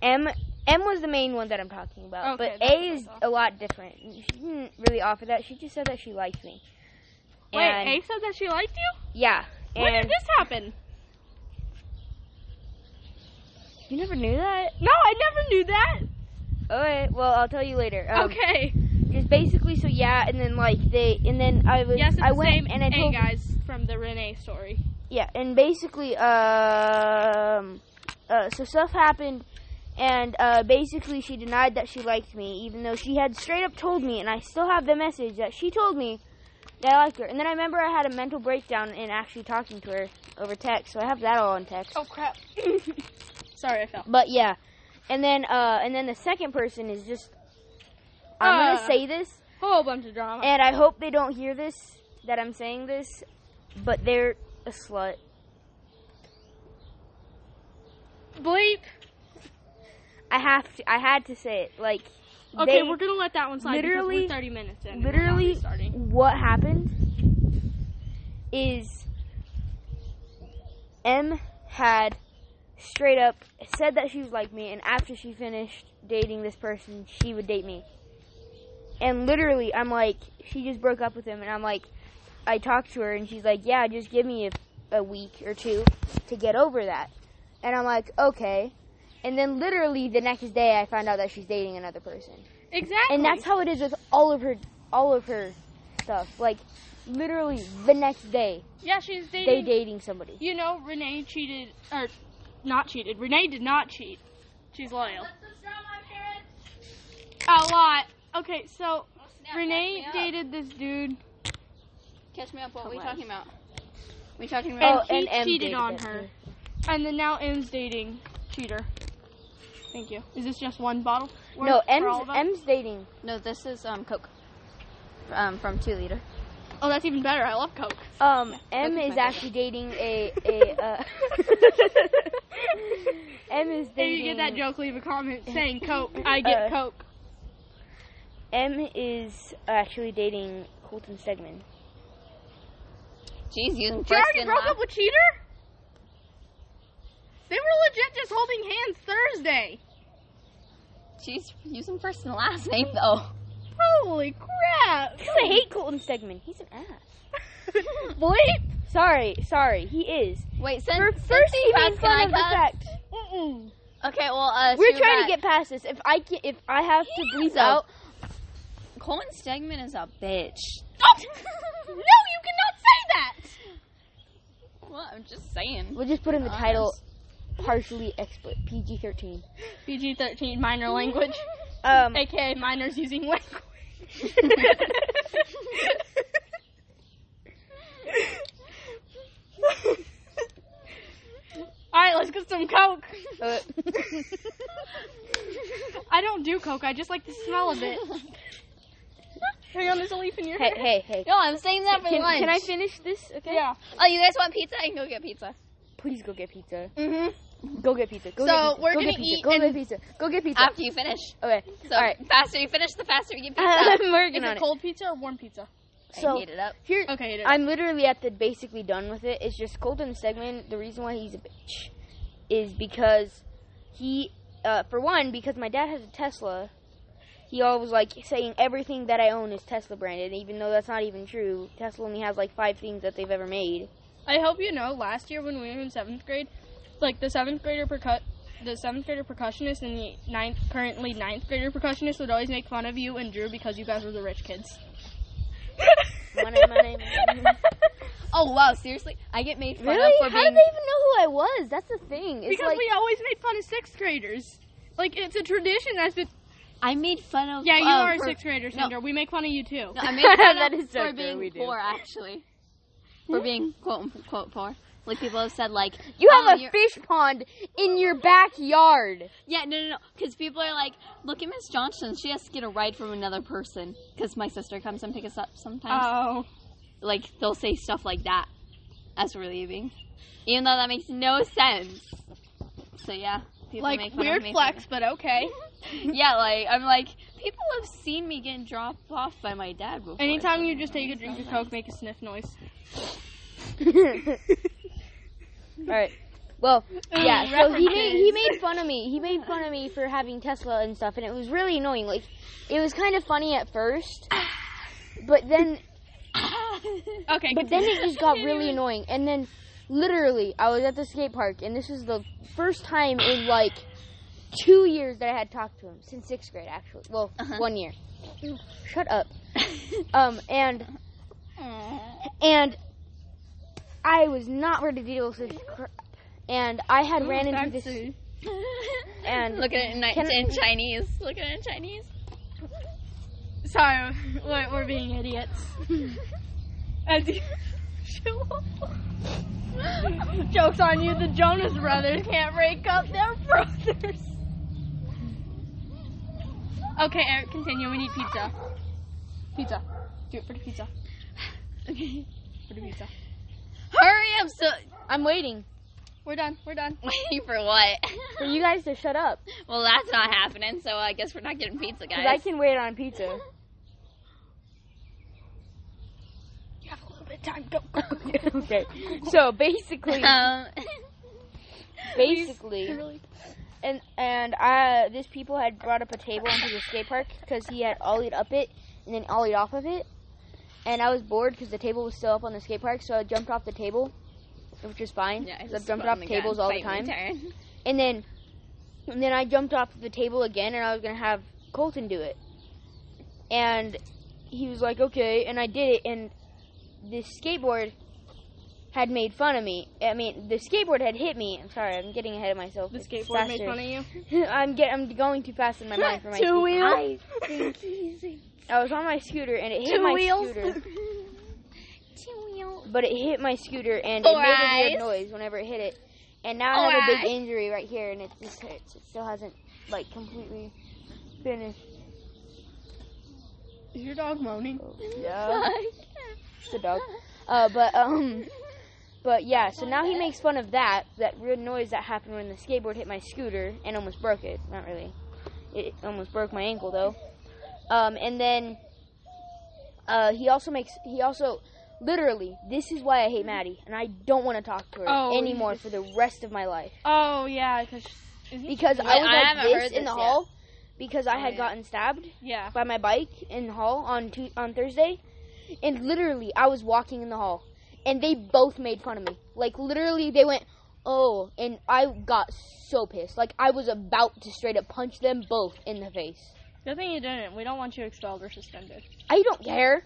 M M was the main one that I'm talking about, Okay, but that's A what I is thought. a lot different. She didn't really offer that. She just said that she liked me. Wait, and, A said that she liked you. Yeah. when And did this happen? you never knew that. No, I never knew that. Okay. Well, I'll tell you later. Um, okay. Just basically, so yeah, and then like they, and then I was, Yes, it's I the went same and I A told, guys from the Renee story. yeah, and basically, um, uh, so stuff happened, and uh, basically she denied that she liked me, even though she had straight up told me, and I still have the message that she told me that I liked her. And then I remember I had a mental *laughs* breakdown in actually talking to her over text, so I have that all on text. Oh crap. Sorry, I fell. But yeah, and then uh, and then the second person is just. I'm Ah. gonna say this, Whole bunch of drama. and I hope they don't hear this that I'm saying this, but they're a slut. Bleep. I have to. I had to say it. Like, Okay, they, we're gonna let that one slide literally- because we're 30 minutes in. and we're not literally restarting. what happened is M had straight up said that she was like me, and after she finished dating this person, she would date me. And literally, I'm like, she just broke up with him, and I'm like, I talked to her, and she's like, yeah, just give me a, a week or two to get over that. And I'm like, okay. And then literally the next day, I found out that she's dating another person Exactly. and that's how it is with all of her all of her stuff like literally the next day yeah, she's they dating. dating somebody You know, Renee cheated or not cheated. Renee did not cheat. She's loyal. A lot. Okay, so Renee dated this dude Catch me up. What are are we we Come on. talking talking about? We talking and about? Oh, he and M cheated dated on that her. dude. And then now M's dating cheater. Thank you. Is this just one bottle? We're- no for all m's of us? m's dating no, this is um Coke. Um, from two liter. Oh, that's even better. I love Coke. um m that's is my actually dating a a uh *laughs* m is If dating you get that joke, leave a comment saying Coke. I get Uh, Coke. m is actually dating colton stegman Jeez, you She already broke up with Cheater? They were legit just holding hands Thursday. She's using first and last name *laughs* though. Holy *laughs* crap. i hate colton stegman he's an ass Bleep. sorry sorry he is Wait, since We're since first you making passed, can I fun of the pass? fact Mm-mm. Okay, well, uh, we're too trying bad. to get past this if i can, if i have to Hands bleep out out. Colin Stegman is a bitch. *laughs* Oh! no, you cannot say that. Well, I'm just saying. we'll just put in *laughs* the title Honest. partially explicit PG thirteen. PG 13, minor *laughs* language. Um, AKA minors using *laughs* language. Alright, let's get some Coke. uh, I don't do Coke, I just like the smell of it. Hang on, there's a leaf in your hey, hair. hey, hey. No, I'm saying that for Can, lunch. can I finish this? Okay. Yeah. Oh, you guys want pizza? I can go get pizza. Please go get pizza. Mm-hmm. Go get pizza. Go So, get pizza. we're go gonna get pizza. eat Go get and- pizza. Go get pizza. After you finish. okay. So All right. faster you finish, the faster we get pizza. I'm Is working on it it. cold pizza or warm pizza? I *laughs* So heat it up. here, Okay, it is. I'm literally at the basically done with it. It's just Colton Stegman. The reason why he's a bitch is because he, uh, for one, because my dad has a Tesla. He always like saying everything that I own is Tesla branded, even though that's not even true. Tesla only has like five things that they've ever made. I hope you know. Last year when we were in seventh grade, like the seventh grader percu- the seventh grader percussionist and the ninth currently ninth grader percussionist would always make fun of you and Drew because you guys were the rich kids. Money, money, *laughs* money. Oh wow, seriously? I get made fun Really? How of for did being they even know who I was? That's the thing. It's because like we always made fun of sixth graders. Like it's a tradition that's been. I made fun of Yeah, you uh, are a for- sixth grader, no. Sandra. We make fun of you too. No, I made *laughs* fun That of is so for true, we being do. poor actually. For being quote unquote poor. Like people have said like you oh, have a you're- fish pond in your *laughs* backyard. *laughs* Yeah, no, no, no. Because people are like, look at Miss Johnston. She has to get a ride from another person. Because my sister comes and picks us up sometimes. Oh, like, they'll say stuff like that as we're leaving. Even though that makes no sense. So, yeah. People like make fun of weird me for flex, but okay. that. *laughs* yeah, like, I'm like, people have seen me getting dropped off by my dad before. Anytime you just take a drink of Coke, make a sniff noise. All right. Well, Mm, yeah. So he made he references. made fun of me. He made fun of me for having Tesla and stuff, and it was really annoying. Like, it was kind of funny at first, but then *laughs* Okay, but then it just got really annoying. And then, literally, I was at the skate park, and this was the first time in like two years that I had talked to him since sixth grade, actually. Well, Uh-huh. one year. Shut up. um, and *laughs* and I was not ready to deal with this crap. And I had ran into this. fancy. *laughs* And- look at it in, Can I- in Chinese. Look at it in Chinese. *laughs* Sorry, we're, we're being idiots. As you- sexual. *laughs* Jokes on you, the Jonas Brothers can't break up their *laughs* brothers. Okay, Eric, continue. We need pizza. Pizza. Do it for the pizza. Okay. For the pizza. Hurry, I'm *laughs* still I'm waiting We're done. We're done. waiting for what? for you guys to shut up well, that's not happening, so I guess we're not getting pizza, because I guys. can wait *laughs* on pizza. *laughs* You have a little bit of time. Go. go, go, go. okay. So basically, Um, *laughs* basically, and and I this people had brought up a table into the skate park because he had ollied up it and then ollied off of it, and I was bored because the table was still up on the skate park, so I jumped off the table, which was fine. *laughs* yeah, I 'cause just I've jumped spun off the ground. tables all the Fight me, time, *laughs* turn. and then and then I jumped off the table again, and I was gonna have Colton do it, and he was like, okay, and I did it, and this skateboard. Had made fun of me. I mean, the skateboard had hit me. I'm sorry, I'm getting ahead of myself. The It's skateboard made faster. fun of you. *laughs* I'm get, I'm going too fast *laughs* in my mind for my Two *laughs* scooter. wheels. *laughs* I, I was on my scooter and it hit Two my wheels. *laughs* scooter, but it hit my scooter and Four it made a eyes. weird noise whenever it hit it. And now I Four have a big eyes. injury right here, and it just hurts. It still hasn't like completely finished. Is your dog moaning? *laughs* Yeah, it's a dog. Uh, but um, but yeah. So now he makes fun of that that weird noise that happened when the skateboard hit my scooter and almost broke it. Not really. It almost broke my ankle though. Um, and then uh, he also makes he also literally this is why I hate Maddie and I don't want to talk to her Oh, anymore for the rest of my life Oh yeah, because because I Wait, was I like haven't this heard in the this yet. hall because I Oh, had yeah. gotten stabbed yeah. by my bike in the hall on Tu on Thursday, and literally I was walking in the hall, and they both made fun of me. Like literally, they went, "Oh," and I got so pissed. Like I was about to straight up punch them both in the face. Good thing you didn't. We don't want you expelled or suspended. I don't care.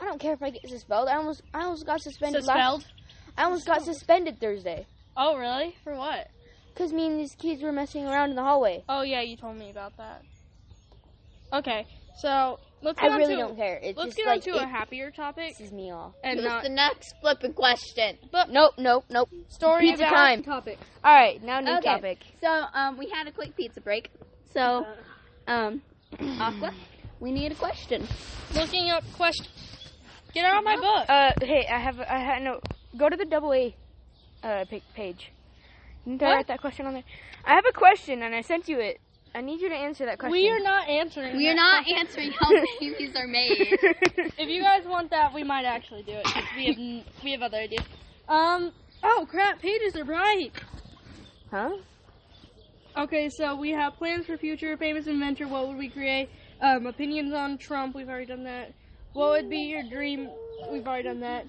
I don't care if I get suspended. I almost I almost got suspended. Suspelled? Last, I almost got suspended Thursday Oh really? For what? because me and these kids were messing around in the hallway. Oh yeah, you told me about that. Okay, so let's get I really on to, don't care. It's Let's just get like on to a it happier topic pisses me off. and Who's not the next flipping question? Nope, nope, nope. story Pizza about time. topic. All right, now new Okay. topic. So, um, we had a quick pizza break. So, *laughs* um, Aqua, we need a question. Looking up question. Get out of my book. Uh, hey, I have, I had no. Go to the double A, uh, pa- page. Didn't I What? write that question on there? I have a question, and I sent you it. I need you to answer that question. We are not answering. We are that not question. answering how many of these are made. If you guys want that, we might actually do it 'cause we have n- we have other ideas. Um. Oh crap! Pages are bright. *laughs* *laughs* huh? Okay, so we have plans for future famous inventor. What would we create? Um, opinions on Trump. We've already done that. What would be your dream? We've already done that.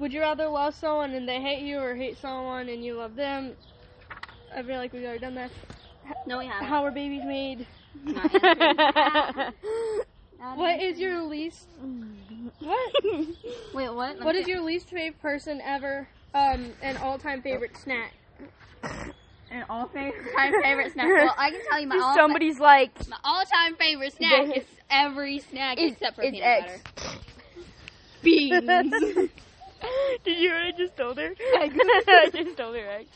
Would you rather love someone and they hate you, or hate someone and you love them? I feel like we've already done that. No, we haven't. How are babies made? Not answering. What is your least? What? Wait, what? Let What me is your least favorite person ever? Um, an all-time favorite *laughs* snack. An all favorite time favorite snack. Well, *laughs* I can tell you my all Somebody's like, my all time favorite snack is every snack It's- except for it's peanut eggs. butter. *laughs* Beans. did you I just told her? I just told her, right?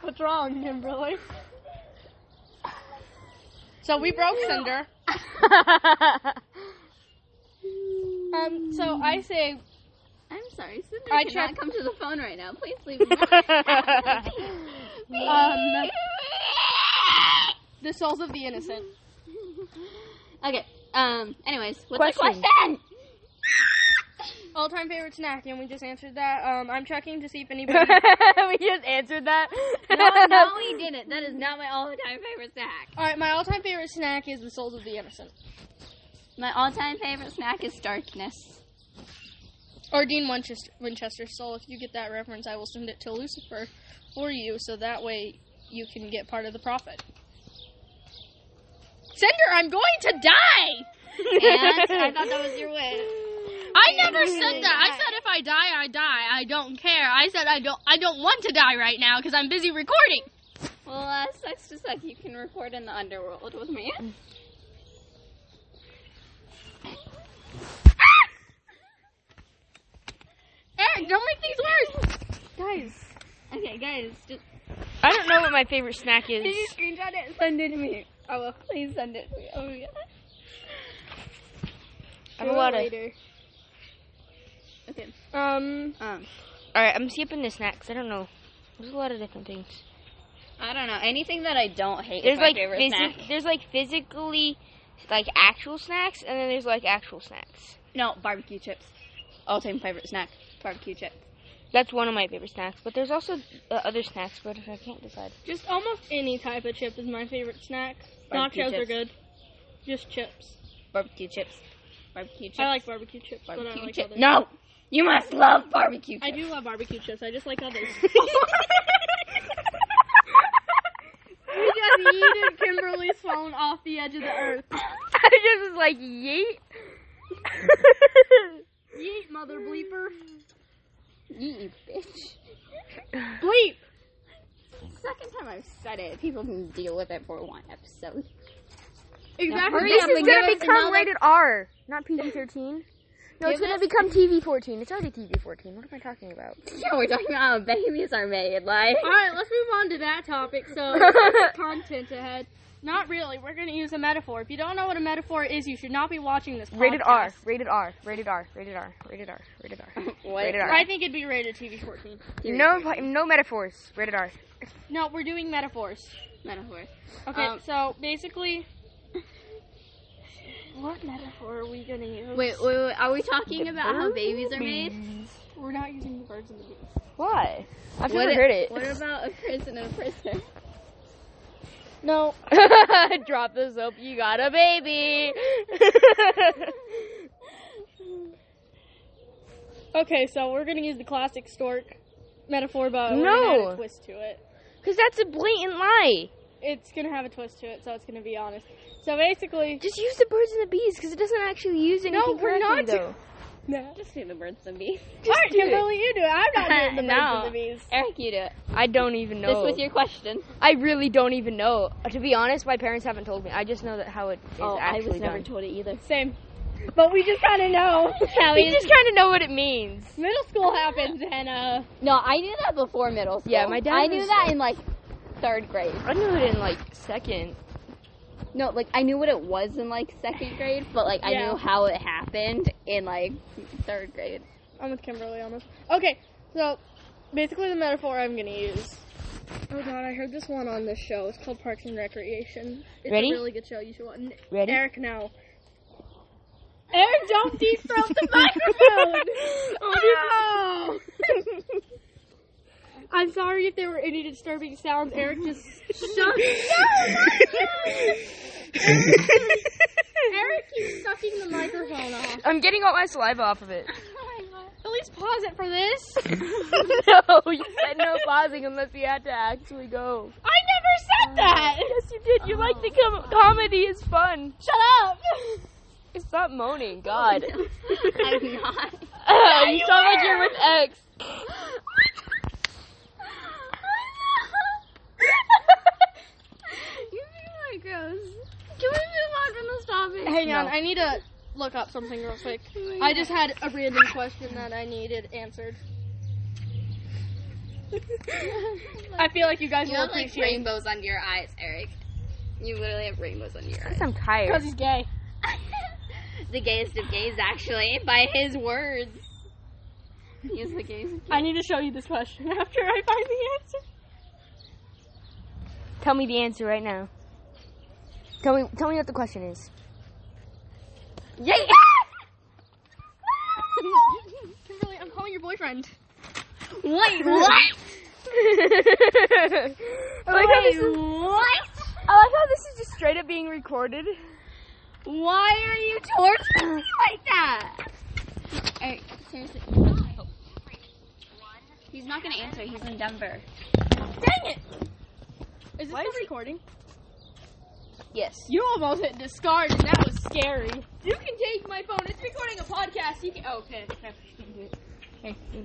What's wrong, Kimberly? So we broke Cinder. Um, so I say I'm sorry, Cinder I I cannot tried- come to the phone right now. Please *laughs* leave. *laughs* me. *laughs* Um, the souls of the innocent. okay. Um. Anyways, what's Question. the *laughs* question? All-time favorite snack, and we just answered that. Um, I'm checking to see if anybody. *laughs* *laughs* we just answered that. No, *laughs* no, we didn't. That is not my all time favorite snack. All right, my all-time favorite snack is the souls of the innocent. My all time favorite snack is darkness. Or Dean Winchester, Winchester's soul. If you get that reference, I will send it to Lucifer for you, so that way you can get part of the *laughs* profit. Cinder, I'm going to die. And *laughs* I thought that was your wish. I never said that. I said if I die, I die. I don't care. I said I don't. I don't want to die right now because I'm busy recording. Well, uh, sucks to suck. You can record in the underworld with me. worse. Ah! Don't make things worse. Guys, Okay, guys, just I don't know what my favorite snack is. can you screenshot it and send it to me? I will. Please send it to me. Oh my god. I'm a lot of. later. okay. Um, Um, Alright, I'm skipping the snacks. I don't know. There's a lot of different things. I don't know anything that I don't hate. There's is my like favorite physi- snack. there's like physically like actual snacks and then there's like actual snacks. No, barbecue chips. All time favorite snack. Barbecue chips. That's one of my favorite snacks, but there's also uh, other snacks, but I can't decide. just almost any type of chip is my favorite snack. Barbecue Nachos are chips. good. Just chips. Barbecue chips. Barbecue Oh, chips. I like barbecue chips, but I barbecue don't like chips. others. No, you must love barbecue I chips. *laughs* *laughs* do love barbecue chips. I just like *laughs* others. We just yeeted Kimberly's phone off the edge of the earth. *laughs* I just was *laughs* like, yeet. Yeet, mother bleeper. Yee, *laughs* bitch. Bleep. Second time I've said it. People can deal with it for one episode. *laughs* Exactly. hurry This up is and gonna give be- us another- *laughs* R, not PG thirteen. No, it's Give gonna become TV fourteen. It's already TV fourteen. What am I talking about? Yeah, we're talking about how babies are made. *laughs* Like, All right, let's move on to that topic. So *laughs* content ahead. Not really. We're gonna use a metaphor. If you don't know what a metaphor is, you should not be watching this. Podcast. Rated R. Rated R. Rated R. Rated R. Rated R. Rated R. what? Rated R. I think it'd be rated TV 14. No, no metaphors. Rated R. No, we're doing metaphors. *laughs* metaphor. Okay, Um, so basically, *laughs* what metaphor are we gonna use? Wait, wait, wait, are we talking about how babies are made? we're not using the birds and the bees. Why? I've What never i- heard it. What about a prison and a *laughs* prisoner? No, Drop the soap, you got a baby. *laughs* Okay, so we're gonna use the classic stork metaphor, but we're No. gonna add a twist to it. Cuz that's a blatant lie. It's gonna have a twist to it, so it's gonna be honest. So basically, Just use the birds and the bees cuz it doesn't actually use anything no, we're not. correctly, do- though. No. Just do the birds and *laughs* bees. All right, Kimberly, you do it. I'm not doing the birds No. and the bees. Eric, you do it. I don't even know. This was your question. I really don't even know. To be honest, my parents haven't told me. I just know that how it is Oh, actually done. *laughs* told it either. Same, but we just kind of know. *laughs* we just kind of know what it means. Middle school happens, and uh, No, I knew that before middle school. Yeah, my dad I knew was- that in like third grade. I knew it in like second. No, like I knew what it was in like second grade, but like I Yeah. knew how it happened in like third grade. I'm with Kimberly on this. Okay, so basically the metaphor I'm gonna use. Oh god, I heard this one on this show. It's called Parks and Recreation. It's Ready? a really good show. You should watch. Ready? Eric, no. Eric, don't defrost the *laughs* microphone. *laughs* Oh, no. I'm sorry if there were any disturbing sounds. Eric just *laughs* shut. Eric keeps sucking the microphone *laughs* off. I'm getting all my saliva off of it. At least pause it for this. *laughs* no, you said no pausing unless you had to actually go. Oh, I never said that. Yes, you did. You like the Oh. com- comedy is fun. Shut up. It's not *laughs* moaning. God, *laughs* I'm not. you, sound like you're with X. you feel like gross. Can we move on from this topic? Hang on, No. I need to look up something real quick. I just had a random question that I needed answered. I feel like you guys You will have like appreciate rainbows under your eyes, Eric. You literally have rainbows under your eyes. I'm tired. because he's gay. the gayest of gays, actually, by his words. He is the gayest. I need to show you this question *laughs* after I find the answer. Tell me the answer right now. Tell me, tell me what the question is. Yeah. Kimberly, I'm calling your *laughs* boyfriend. Wait, what? Oh, I like how this is. What? Oh, I like how this is just straight up being recorded. Why are you torturing me like that? Eric, seriously. *laughs* He's not gonna answer. He's in Denver. Is this Why still is he- recording? Yes. You almost hit discard, and that was scary. You can take my phone. It's recording a podcast. You can. Oh, okay. okay.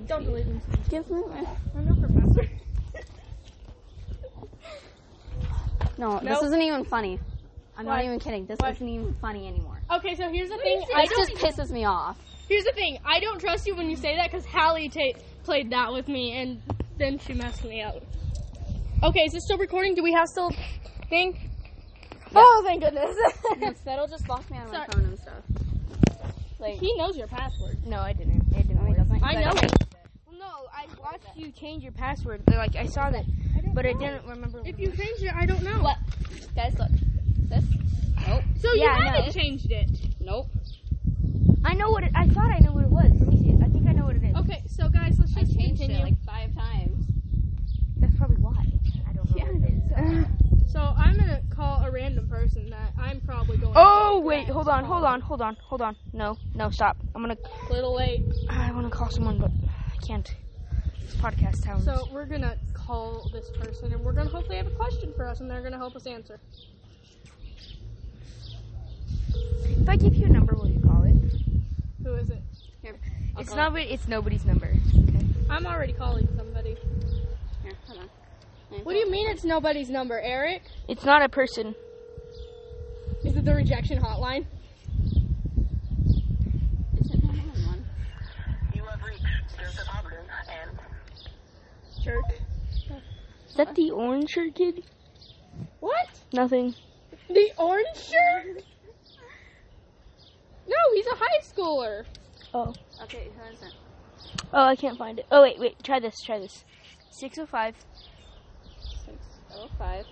Don't delete them. Give me my. I'm no professor. No, this Nope. isn't even funny. I'm Why? not even kidding. This Why? isn't even funny anymore. Okay, so here's the thing. I This don't just pisses me off. Here's the thing. I don't trust you when you say that because Hallie ta- played that with me, and then she messed me up. Okay, is this still recording? Do we have still thing? Oh, thank goodness. Settle just locked me out of my Sorry. phone and stuff. Like, He knows your password. no, I didn't. It didn't no, he doesn't. I know it. No, I watched you change your password. They're like, I saw that, but I didn't remember. If you changed it, I don't know. What? Guys, look. This? Nope. So Yeah, you I haven't know. changed it. Nope. I know what it. I thought I knew what it was. Let me see. I think I know what it is. Okay, so guys, let's I just changed it continue. like five times. That's probably why. I don't know what it is. so I'm gonna call a random person that I'm probably going. Oh wait, hold on, hold on, hold on, hold on. No, no, stop. I'm gonna. Little late. I want to call someone, but I can't. It's podcast time. So we're gonna call this person, and we're gonna hopefully have a question for us, and they're gonna help us answer. if I give you a number, will you call it? Who is it? I'll It's call not. It's nobody's number. I'm already calling somebody. it- Here, hold on. What do you mean it's nobody's number, Eric? It's not a person. Is it the rejection hotline? It's a random one. You have reached Joseph Hobden and Sure. Is that the orange shirt kid? What? Nothing. The orange shirt? No, he's a high schooler. Okay, who is it? Oh, I can't find it. Oh wait, wait. Try this. Try this. 605 605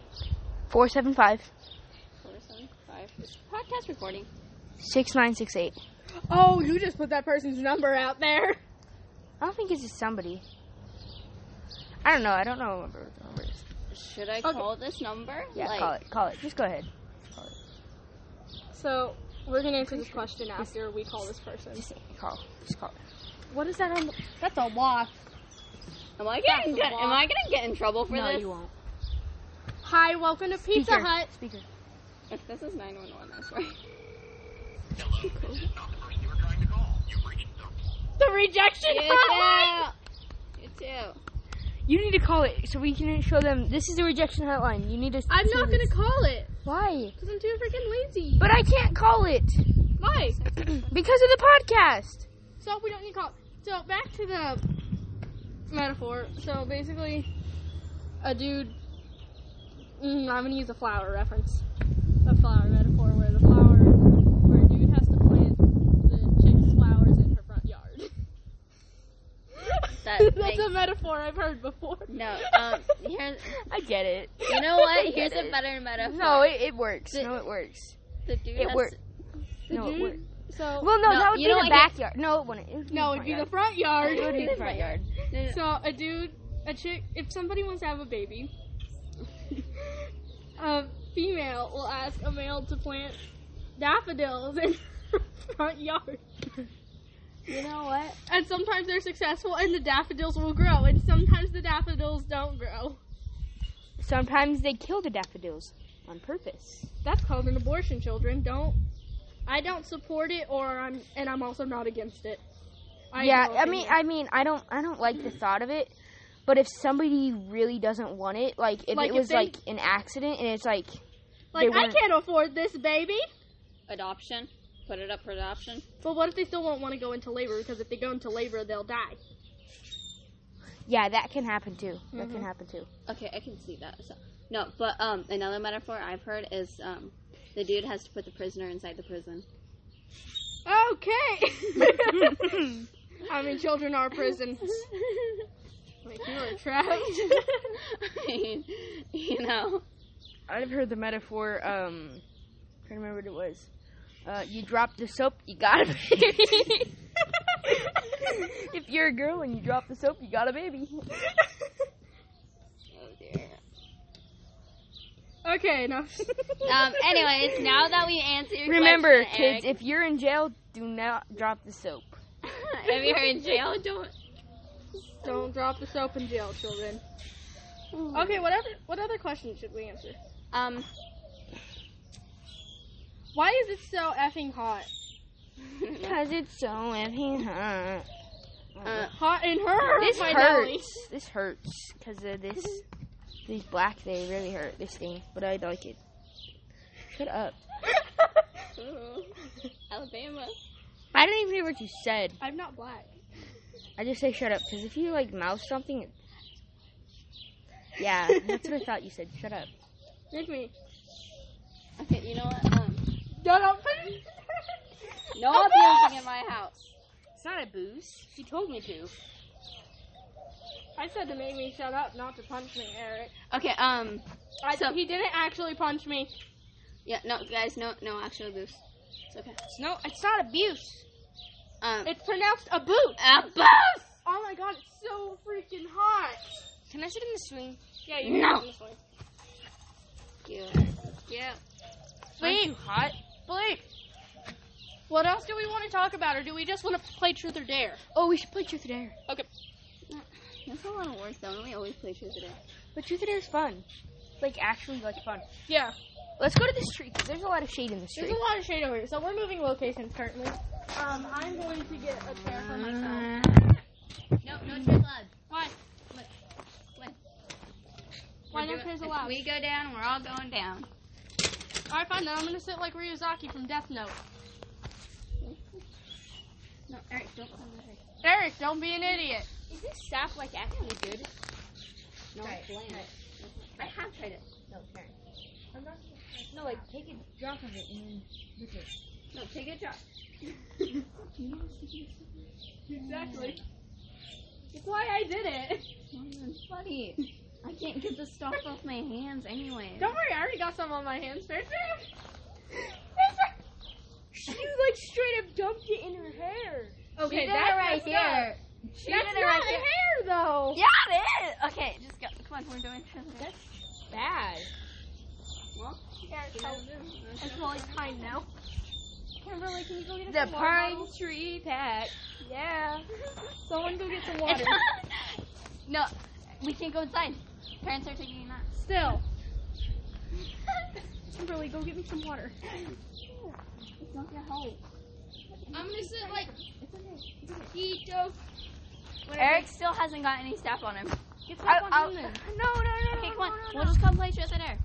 475 475. Is the podcast recording? 6968. Oh, you just put that person's number out there. I don't think it's just somebody. I don't know. I don't know what the number is. Should I Okay. call this number? Yeah, like, call it. Call it. Just go ahead. So we're gonna answer this question after we call this person. Just call. Just call. it. What is that on? The- That's a wasp. Am I getting That's a get, lot. am I gonna get in trouble for this? won't. Hi, welcome to Pizza Speaker. Hut. Speaker. If *laughs* this is 911, that's right. *laughs* The rejection hotline. You too. You *laughs* too. You need to call it so we can show them. This is the rejection hotline. You need to. I'm see not gonna this. call it Why? because I'm too freaking lazy. But I can't call it Why? because of the podcast. So we don't need to call. So back to the metaphor. So basically, a dude. Mm, I'm gonna use a flower reference. A flower metaphor where the flower, where a dude has to plant the chick's flowers in her front yard. *laughs* That That's makes- a metaphor I've heard before. No, um, here, I get it. you *laughs* know *laughs* what? Here's Get a it. better metaphor. No, it, it works. The- No, it works. the dude It has worked. The No, it dude- worked. So Well, no, No, that would you be know the what, I backyard. No, it wouldn't. It would be no, the it'd front be the yard. front yard. To, in the front yard. No, no, So a dude, a chick, if somebody wants to have a baby, *laughs* a female will ask a male to plant daffodils in her front yard. you know what? And sometimes they're successful and the daffodils will grow, and sometimes the daffodils don't grow. Sometimes they kill the daffodils on purpose. That's called an abortion, children. Don't. I don't support it, or I'm, and I'm also not against it. have yeah, no I mean, opinion. I mean, I don't, I don't like the thought of it. But if somebody really doesn't want it, like if Like, it if was they- like an accident and it's like like they I weren't- can't afford this baby. Adoption. Put it up for adoption. But what if they still won't want to go into labor? Because if they go into labor, they'll die. Yeah, that can happen too. That can happen too. Okay, I can see that. So, no, but um, another metaphor I've heard is um, the dude has to put the prisoner inside the prison. Okay. *laughs* I mean, children are *laughs* prisons. Like you are trapped. I mean, you *laughs* know. I've heard the metaphor. Um, I can't remember what it was. Uh, you drop the soap, you got a baby. *laughs* if you're a girl and you drop the soap, you got a baby. Oh dear. okay, *laughs* enough. Um. Anyways, now that we answered your Remember, question, kids, Eric, if you're in jail, do not drop the soap. *laughs* if you're in jail, don't. Don't drop the soap in jail, children. Okay, whatever. What other question should we answer? Um. Why is it so effing hot? Cause it's so effing hot. Uh, Hot in her. This my hurts. This hurts. Cause of this, these black they really hurt. This thing, but I like it. Shut up. *laughs* ooh, Alabama. I didn't even hear what you said. I'm not black. I just say shut up because if you like mouth something, it- *laughs* yeah, that's what I thought you said. Shut up. Make me. Okay, you know what? Um, Shut up. no Oh, *laughs* abusing in my house. It's not a boost. She told me to. I said to make me shut up, not to punch me, Eric. Okay, um, I, So- he didn't actually punch me. yeah, no, guys, no, no actual abuse. It's okay. No, it's not abuse. Um, It's pronounced a boot. abuse! Oh my god, it's so freaking hot. Can I sit in the swing? Yeah, you No. can honestly. Yeah. Yeah. Aren't you Blake, hot? Blake. What else do we want to talk about, or do we just want to play truth or dare? Oh, we should play Truth or Dare. That's a lot of work, though, and we always play Truth or Dare. But Truth or Dare is fun. It's like actually like fun. Yeah. Let's go to this tree. 'cause There's a lot of shade in this There's tree. a lot of shade over here, so we're moving locations currently. Uh, Um, I'm going to get a chair for myself. No, no chairs allowed. Why? What? Why no chairs allowed? We go down, we're all going down. Alright, fine, then I'm gonna sit like Ryuzaki from Death Note. No, Eric, don't come over. Eric, don't be an idiot. Is this sap like actually good? No, it's bland. I have tried it. No, Karen. No, like take a drop of it and then No, take a drop. Exactly. That's why I did it. It's funny. I can't get the stuff off my hands anyway. Don't worry, I already got some on my hands. Fair fair. She like straight up dumped it in her hair. Okay, did it that right that's not- there. She That's did it not right there. hair though. Yeah, it is. Okay, just go. Come on, we're doing Truth or Dare. Bad. It's really kind now. Kimberly, can you go get us The some water pine bottles? tree pack. *laughs* Yeah. Someone go get some It's water. not- *laughs* no, we can't go inside. Parents are taking that. Still. Kimberly, go get me some water. It's not gonna help. I'm gonna sit like It's okay. keto. Eric still hasn't got any stuff on him. Get I- some I'll- on him. No, no, no, Okay, no, come on. no, no, We'll no. just come play Truth or Dare.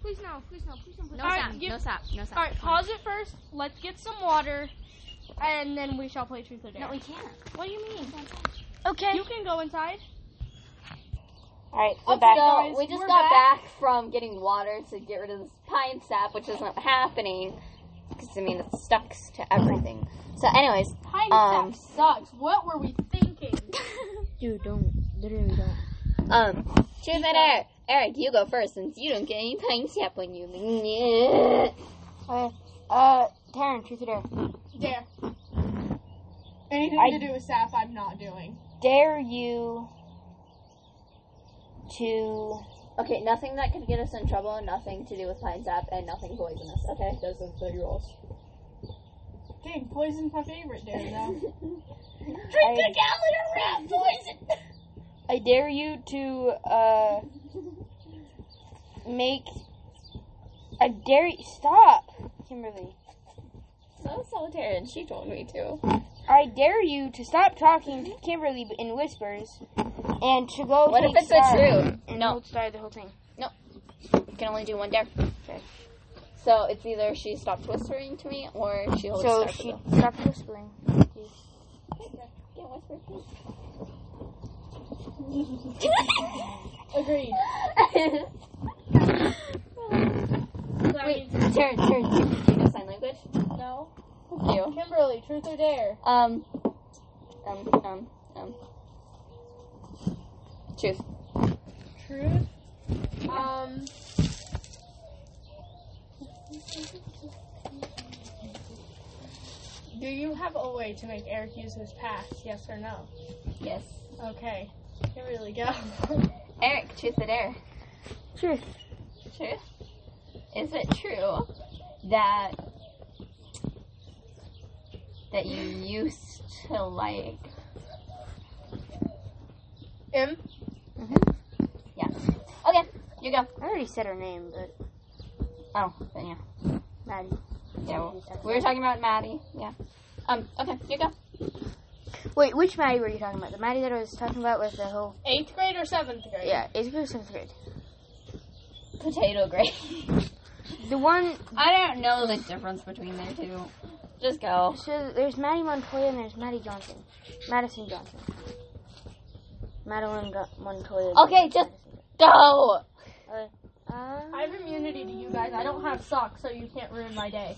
Please no, please no, please no. Please No All right, sap. give- No sap. No sap. All right, pause it first. Let's get some water, and then we shall play truth or dare. No, we can't. what do you mean? Okay. You can go inside. Alright, so Okay, back- guys, we just we're got back. back. from getting water to get rid of this pine sap, which isn't happening. Because, I mean, it sucks to everything. So, anyways, *laughs* Pine Um, sap sucks. What were we thinking? Dude, don't. Literally don't. um, Truth or Dare. Eric, you go first since you don't get any pine sap on you. Uh, Taryn, truth or dare? Dare. Anything I- to do with sap, I'm not doing. Dare you to? Okay, nothing that could get us in trouble, nothing to do with pine sap, and nothing poisonous, okay? Those are the rules. Dang, poison's my favorite dare now. Drink a gallon of rat poison! I dare you to uh make. I dare you stop, Kimberly. So solitary, and she told me to. I dare you to stop talking to Kimberly in whispers, and to go. What if take it's sides a truth? And No. hold side the whole thing. You can only do one dare. Okay. So it's either she stopped whispering to me or she holds so so she stopped whispering. *laughs* Agreed. Wait, turn, turn. Do you know sign language? No. Thank you. Kimberly, truth or dare? Um, um, um, um. Truth. Truth. Um. Do you have a way to make Eric use his pass? Yes or no? Yes. Okay. Here we *laughs* really go. Eric, truth or dare? Truth. Truth. Is it true that that you used to like M. Yeah. Okay, you go. I already said her name, but Oh, then yeah. Maddie. Yeah, well, we were talking about Maddie. Yeah. Um. Okay, you go. Wait, which Maddie were you talking about? The Maddie that I was talking about with the whole Eighth grade or seventh grade? yeah, eighth grade, or seventh grade. Potato grade. The one *laughs* I don't know the difference between their two. Just go. So there's Maddie Montoya and there's Maddie Johnson. Madison Johnson. Madeline Go- Montoya. Okay, just go. Uh, *laughs* I have immunity to you guys. I don't have socks, so you can't ruin my day.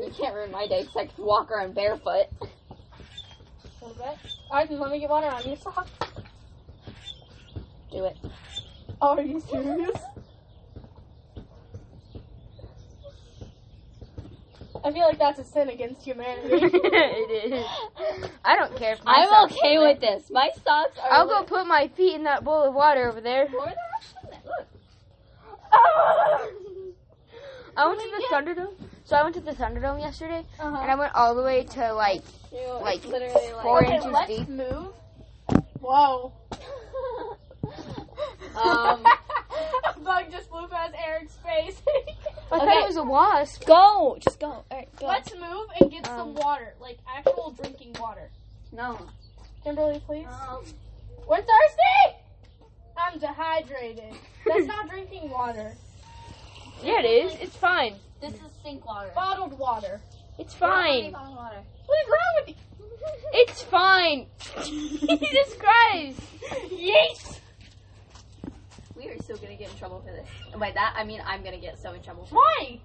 You can't ruin my day because I can walk around barefoot. I let me get water on your socks. Do it. Are you serious? I feel like that's a sin against humanity. it is. I don't care if my I'm socks- okay with this. My socks are. I'll go put my feet in that bowl of water over there. Or they're actually- Look. I went to the Thunderdome. So I went to the Thunderdome yesterday, Uh-huh. and I went all the way to like You know, Like, it's literally like. *laughs* four Okay, inches let's deep. move. Whoa. um, a *laughs* bug just flew past Eric's face. *laughs* I thought Okay. it was a wasp. Go, just go. All right, go. Let's move and get some Um, water, like actual drinking water. no. Kimberly, please. We're thirsty. I'm dehydrated. That's not drinking water. Yeah, it is. It's fine. This is sink water. Bottled water. It's water. What is wrong with you? It's fine. *laughs* Jesus Christ. Yeet. We are still gonna get in trouble for this. And by that, I mean I'm gonna get so in trouble. For Why?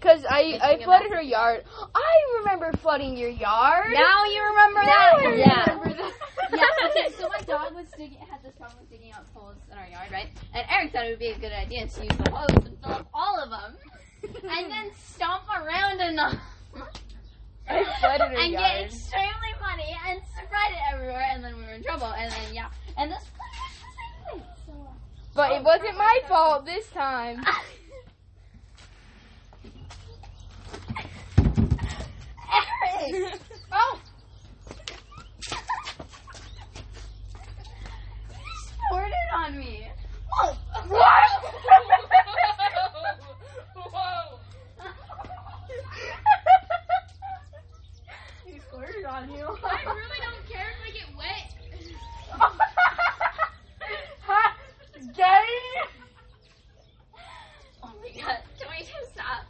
Cause I I Thinking about- flooded her yard. I remember flooding your yard. Now you remember Now I *laughs* yeah. remember that. *laughs* yeah. Okay. So my dog was digging, had this problem with digging out holes in our yard, right? And Eric thought it would be a good idea to use the hose and fill up all of them, and then stomp around enough. I flooded her and yard. get extremely muddy and spread it everywhere, and then we were in trouble. And then yeah, and this was the same thing. So, uh, But it wasn't my fault this time. *laughs* uh, *laughs* Eric! Oh, You snorted on me. whoa. He squirted on you. I really don't care if I get wet. ha, *laughs* gay. Oh my god, can we just stop?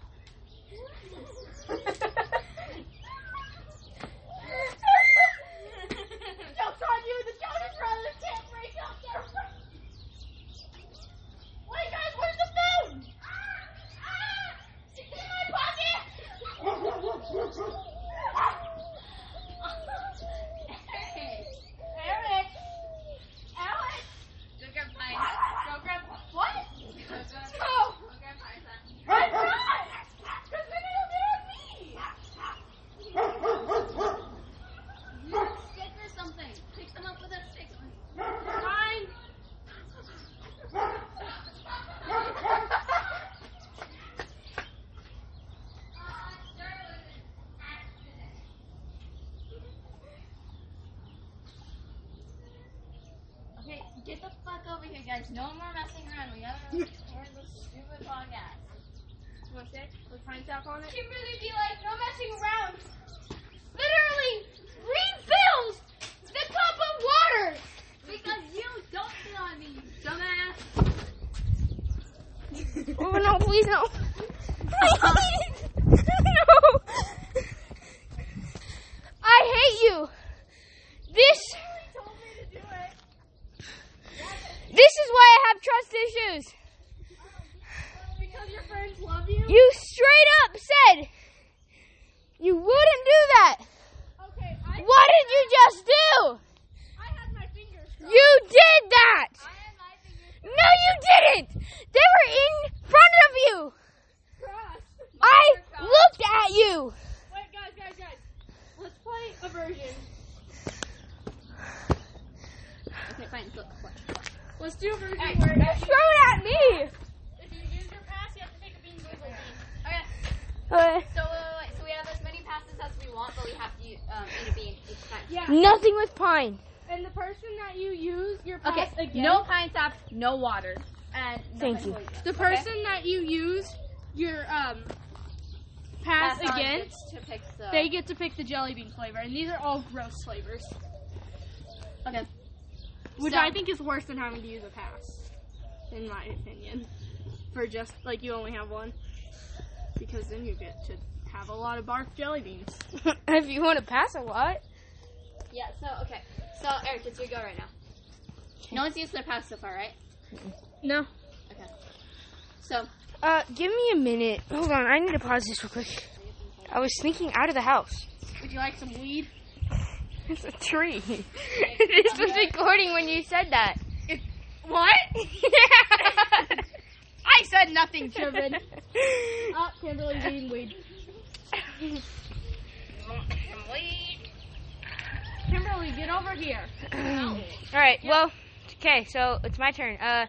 *laughs* Joke's on you, the Jonas Brothers can't break up their *laughs* Wait, guys, where's the phone? It's in my pocket! Eric! Eric! Alex! Go grab pie. Go grab What? Go grab Go grab pie, son. Run, run! Because then it'll be on me! Use a stick or something. Pick them up with a stick. Fine. Okay, get the fuck over here, guys. No more messing around. We gotta record this stupid podcast. What's it? With pine sap on it? Kimberly be like, no messing around. Literally refills the cup of water because you don't feel on me, you dumbass. Oh no, please no. no. *laughs* I hate you. This This is why I have trust issues. Because your friends love you. You straight up said you wouldn't do that. Okay, I, What did you just do? I had my fingers crossed. You did that. No, you didn't. They were in front of you. crossed. I looked at you. Wait, guys, guys, guys. Let's play a version. Okay, fine. Look, look. Let's do a version Hey, where if you, Throw it at me. if you use your pass, you have to take a bean boozled bean. Okay. So, Uh, wait, wait, wait. so we have as many passes as we want, but we have to um, eat a bean each time. Yeah. nothing with pine. And the person that you use your pass Okay. against. No pine sap, no water, and Thank you. The person that you use your um pass, against, to pick the. they get to pick the jelly bean flavor, and these are all gross flavors. Okay. Which So- I think is worse than having to use a pass, in my opinion. For just like you only have one, because then you get to have a lot of barf jelly beans. *laughs* if you want to pass a lot. Yeah, so, okay. So, Eric, it's your go right now. No one's used their pass so far, right? No. So, Uh, give me a minute. Hold on, I need to pause this real quick. I was sneaking out of the house. *laughs* Would you like some weed? It's a tree. *laughs* this was recording when you said that. What? *laughs* I said nothing, *laughs* children. oh, Kimberly's eating weed. Kimberly, get over here. All right. Well, okay. So it's my turn. Uh,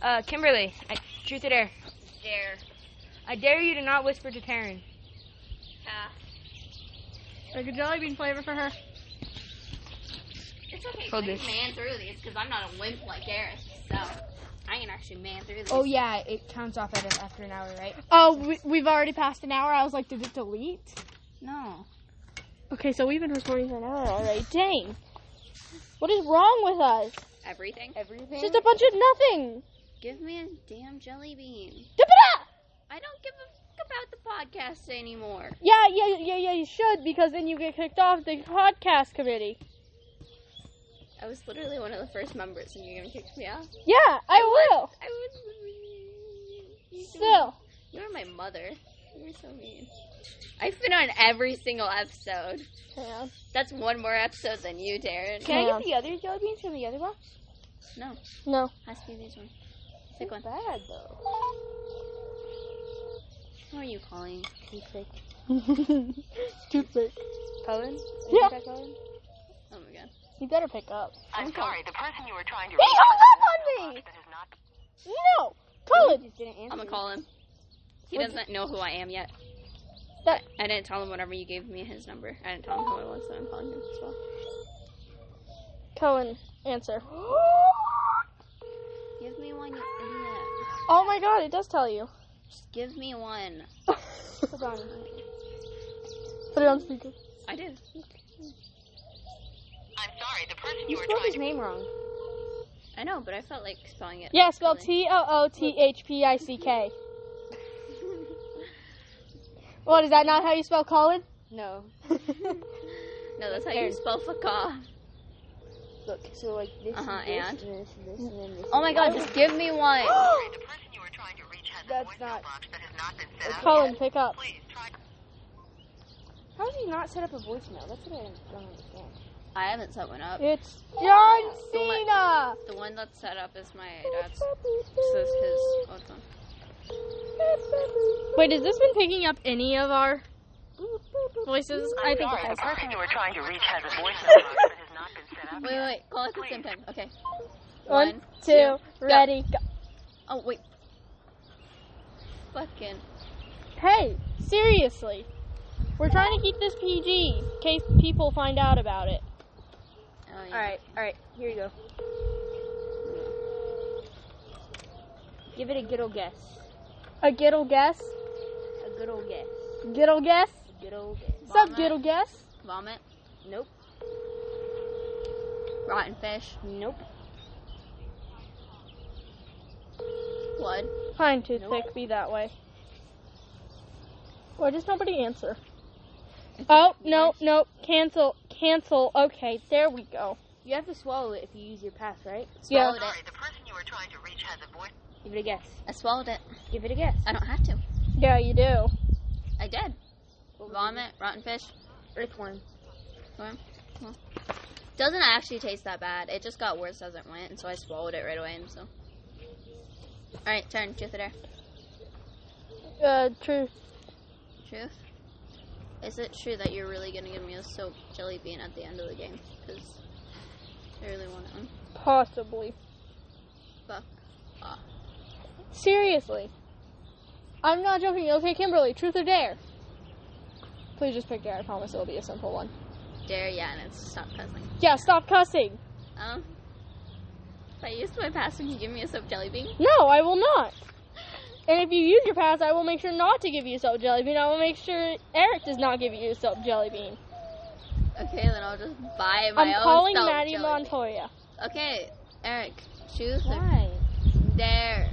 uh, Kimberly, I, truth or dare? Dare. I dare you to not whisper to Taryn. Like a jelly bean flavor for her. it's okay. 'cause Hold I this. can man through these because I'm not a wimp like Eric. So, I can actually man through these. Oh, yeah, it counts off at after an hour, right? Oh, we, we've already passed an hour. I was like, did it delete? No. Okay, so we've been recording for an hour already. Dang. What is wrong with us? Everything? It's just a bunch of nothing. Give me a damn jelly bean. Dip it up! I don't give a fuck about the podcast anymore. Yeah, yeah, yeah, yeah, you should, because then you get kicked off the podcast committee. I was literally one of the first members, and you're gonna kick me out. Yeah, I will. I was. Still. You're my mother. You're so mean. I've been on every single episode. Yeah. That's one more episode than you, Darren. Can I get the other jelly beans from the other box? No, No. has to be these ones. Pick one. Bad though. Who are you calling? *laughs* Stupid. Cohen? Yeah. Cohen? Oh my god. You better pick up. I'm sorry, the person you were trying He to reach hung up on me! that is not the No! Colin! Just didn't I'm answer. gonna call him. He What's- doesn't know who I am yet. That- I didn't tell him whatever you gave me his number. I didn't tell him who I was, so I'm calling him as well. Colin, answer. Give me one, you idiot. Oh my god, it does tell you. Just give me one. Put it on speaker. I did. I'm sorry, the person you You were spelled trying his to name wrong. I know, but I felt like spelling it. Yeah, spell correctly. T O O T H P I C K. What, is that not how you spell Colin? No. No, that's how you spell fuck off. Look, so like this, Uh-huh, and this, and? and this, and this, and then this. Oh my god, just give me one. sorry, the person you were trying to reach has That's a voicemail not- box that has not been set up. Colin, yet. pick up. Please try How did you not set up a voicemail? That's what I don't understand. *gasps* I haven't set one up. It's John Don't let- Cena! The one that's set up is my dad's. So it's his old phone. Wait, has this been picking up any of our voices? I think it sorry, the has. person you were trying to reach has a voicemail box that has not been set up. Wait, wait, wait. Call at the same time. Okay. One, two, ready, go. Oh, wait. Fucking. uh, Hey, seriously. We're trying to keep this PG in case people find out about it. Oh, yeah. Alright, alright, here you go. Give it a good old guess. A giddle guess? A good old guess. Giddle guess? A good old guess. What's up, Vomit. giddle guess? Vomit. Nope. Rotten fish. Nope. Blood. Pine toothpick, be that way. Why does nobody answer? Oh, no, no, cancel, cancel. Okay, there we go. You have to swallow it if you use your pass, right? Yeah. Swallowed Sorry, it. the person you were trying to reach has a voice. Give it a guess. I swallowed it. Give it a guess. I don't have to. Yeah, you do. I did. Vomit. Rotten fish. Earthworm. Doesn't actually taste that bad. It just got worse as it went, and so I swallowed it right away. And so. All right, turn truth or dare. Uh, truth. Truth. Is it true that you're really gonna give me a soap jelly bean at the end of the game? Because I really want one. Possibly. Fuck. off. Seriously. I'm not joking. Okay, Kimberly, truth or dare? Please just pick dare. I promise it'll be a simple one. Dare, yeah, and it's stop cussing. Yeah, stop cussing. Um. If I used my pass, would you give me a soap jelly bean? No, I will not. And if you use your pass, I will make sure not to give you a soap jelly bean. I will make sure Eric does not give you a soap jelly bean. Okay, then I'll just buy my I'm own calling soap Maddie jelly Montoya. bean. Okay, Eric, choose or Why? dare.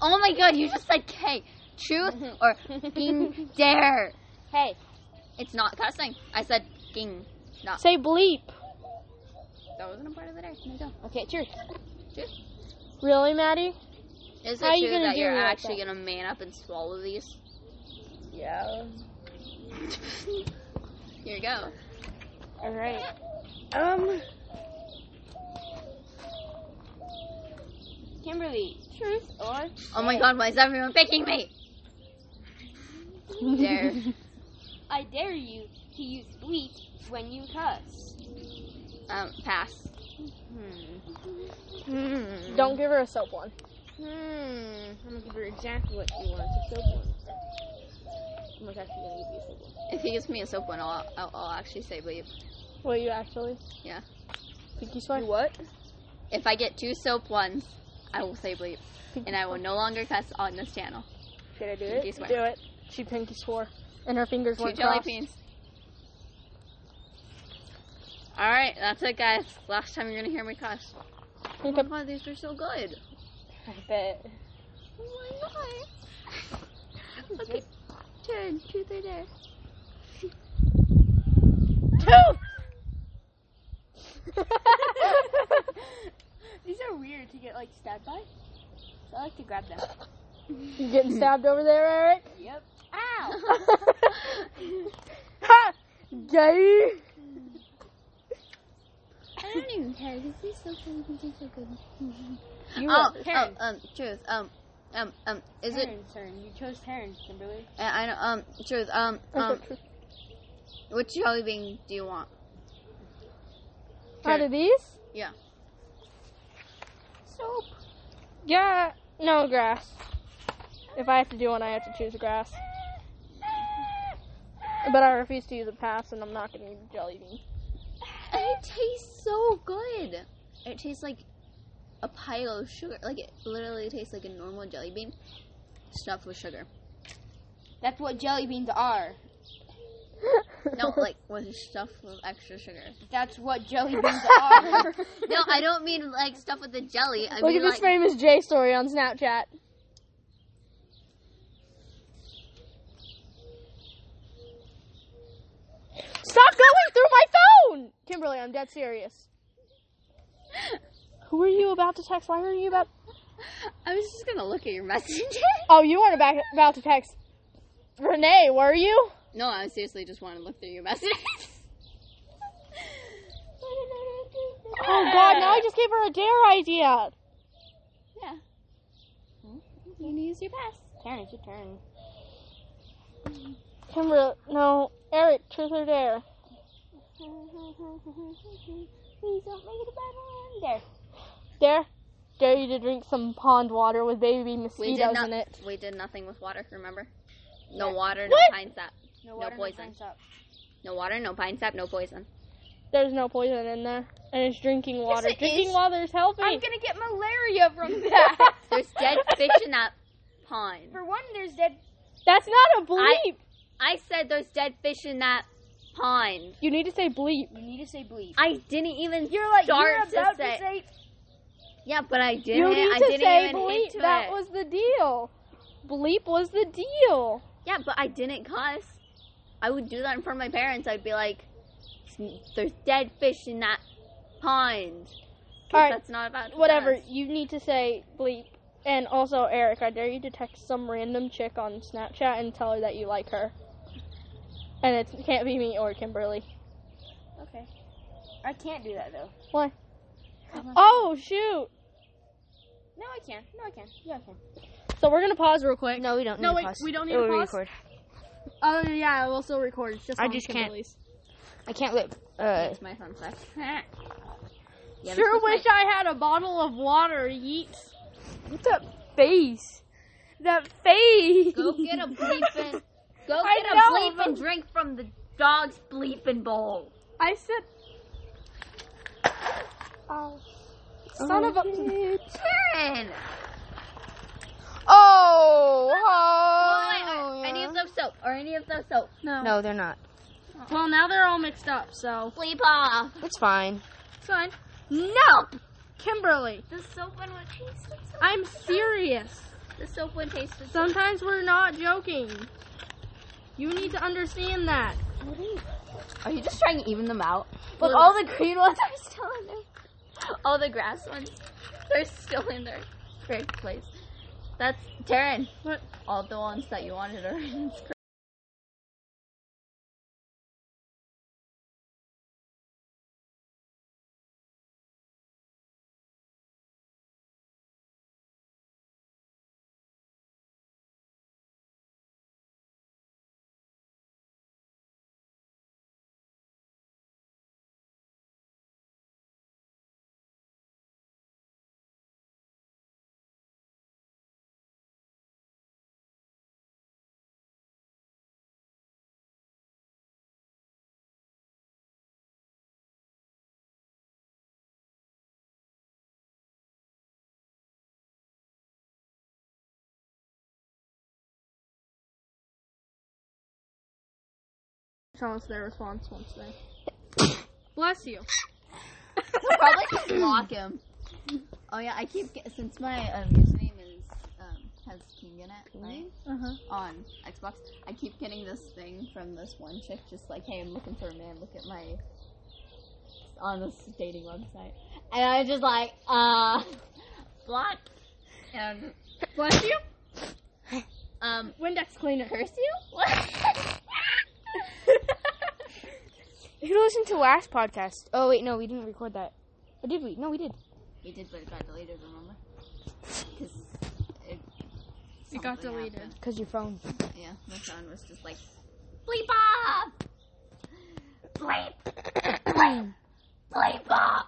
Oh my god, you just said K. truth Mm-hmm. *laughs* or fucking dare. Hey. It's not cussing. I said fucking. Say bleep. That wasn't a part of the dare. There you go. Okay, true. Really, Maddie? Is it How you true gonna that do you're me like actually gonna man up and swallow these? Yeah. Here you go. All right. Um. Kimberly, truth or Oh my god, why is everyone *laughs* picking me? Dare. I dare you to use bleep when you cuss. Um, pass. don't give her a soap one. Hmm. I'm gonna give her exactly what she wants. A soap one. I'm not actually gonna give you a soap one. If he gives me a soap one, I'll, I'll, I'll actually say bleep. Will you actually? Yeah. Pinky swear. What? If I get two soap ones, I will say bleep. And I will no longer cuss on this channel. Did I do Pinky it? swear. Do it. She pinky swore, and her fingers Two went jelly crossed. beans. Alright, that's it, guys. Last time you're gonna hear me cuss. Oh my god, these are so good. I bet. Oh my god. Okay, turn. Truth or dare. *laughs* These are weird to get like stabbed by. So I like to grab them. You getting stabbed over there, Eric? Yep. Ow! *laughs* ha! Gay. I don't even care. This is so good. These are so good. You Oh, were- oh, um, truth. Um, um, um, is it? Taryn's turn. You chose Taryn, Kimberly. I I know. Um, truth. Um, um, which jelly bean do you want? Out of these? Yeah. Soap. Yeah. No grass. If I have to do one, I have to choose grass. But I refuse to use a pass, and I'm not gonna eat a jelly bean. It tastes so good. It tastes like a pile of sugar. Like it literally tastes like a normal jelly bean, stuffed with sugar. That's what jelly beans are. *laughs* No, like with stuffed with extra sugar. That's what jelly *laughs* beans are. No, I don't mean like stuff with the jelly. I Look mean at this like famous J story on Snapchat. Stop going through my phone! Kimberly, I'm dead serious. Who are you about to text? Why are you about. I was just gonna look at your message. *laughs* Oh, you weren't about, about to text Renee, were you? no, I seriously just want to look through your messages. Oh, God, now I just gave her a dare idea. You need to use your pass. Taryn, it's your turn. Kimberly, no. Eric, truth or dare? Please don't make it a bad one. There. Dare? Dare you to drink some pond water with baby We mosquitoes did not. in it. We did nothing with water. Remember? No water, no What? pine sap. No, No water, no poison. thumbs up. No water, no pine sap, no poison. There's no poison in there. And it's drinking water. it drinking is. water is helping. I'm gonna get malaria from *laughs* that. There's dead fish in that pond. For one, there's dead. That's not a bleep. I said there's dead fish in that pond. You need to say bleep. You need to say bleep. I didn't even You're like start you're about to, say, say Yeah, but I didn't. you need I to didn't say even bleep. hint to That it. was the deal. Bleep was the deal. Yeah, but I didn't cuss. I would do that in front of my parents. I'd be like, "There's dead fish in that pond." 'Cause All right, that's not about Whatever. us. You need to say bleep. And also, Eric, I dare you to text some random chick on Snapchat and tell her that you like her. And it's, it can't be me or Kimberly. Okay. I can't do that though. Oh, shoot. No, I can. No, I can. Yeah, I can. So we're going to pause real quick. No, we don't No, wait, we don't need to pause. Record. Oh, yeah, we'll still record. It's just I on just can't- Kimberly's. I can't live. Uh, It's my fun *laughs* fact. Yeah, this Sure was my- wish I had a bottle of water, yeet. What's that face? That face. Go get a *laughs* bleeping. Go I get a know, bleep and but- drink from the dog's bleeping bowl. I said. Oh. Son of a. Karen. Oh. Oh, wait, wait, any of those soap or any of those soap. No. no, they're not. Well, now they're all mixed up, so. Bleep off. It's fine. It's fine. Nope. Kimberly, The soap one would taste like soap. I'm serious. The soap soap one taste the same. Sometimes we're not joking. You need to understand that. Are you just trying to even them out? Look, all the green *laughs* ones are still in there. All the grass ones, they're still in their correct place. That's Taryn. What? All the ones that you wanted are in its correct- Tell us their response once they. Bless you. Probably just block him. Oh yeah, I keep get, since my um, username is um, has King in it, right? Uh-huh. on Xbox, I keep getting this thing from this one chick, just like, hey, I'm looking for a man, look at my. on this dating website. And I was just like, uh. block. And. Bless you? Um. Windex cleaner. Curse *laughs* you? *laughs* What? If you listen to last podcast, oh wait, no, we didn't record that. Or did we? No, we did. we did, but it got deleted, remember? Because. It, It got something deleted. happened. Cause your phone. Yeah, my phone was just like, bleep off! Bleep! Bleep! Bleep off!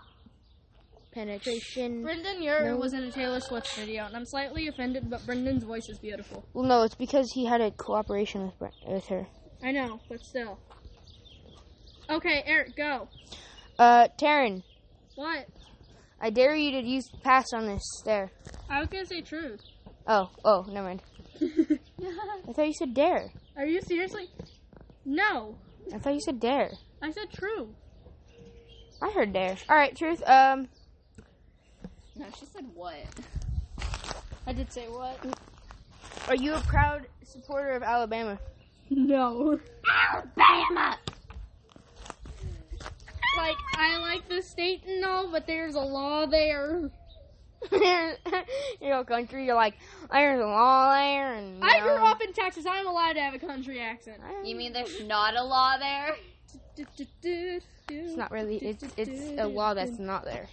Penetration. Brendan Urie No. was in a Taylor Swift video, and I'm slightly offended, but Brendan's voice is beautiful. Well, no, it's because he had a cooperation with Brent, with her. I know, but still. Okay, Eric, go. Uh, Taryn, What? I dare you to use pass on this there. I was gonna say truth. Oh, oh, never mind. I thought you said dare. Are you seriously? No, I thought you said dare. I said true. I heard dare. All right, truth. Um, No, she said what? I did say what? are you a proud supporter of Alabama? *laughs* No. Oh, Alabama! Like I like the state and all, but there's a law there. you know, country. You're like, there's a law there, and I grew um, up in Texas. I'm allowed to have a country accent. I don't- You mean there's not a law there? It's It's not really. It's it's a law that's not there.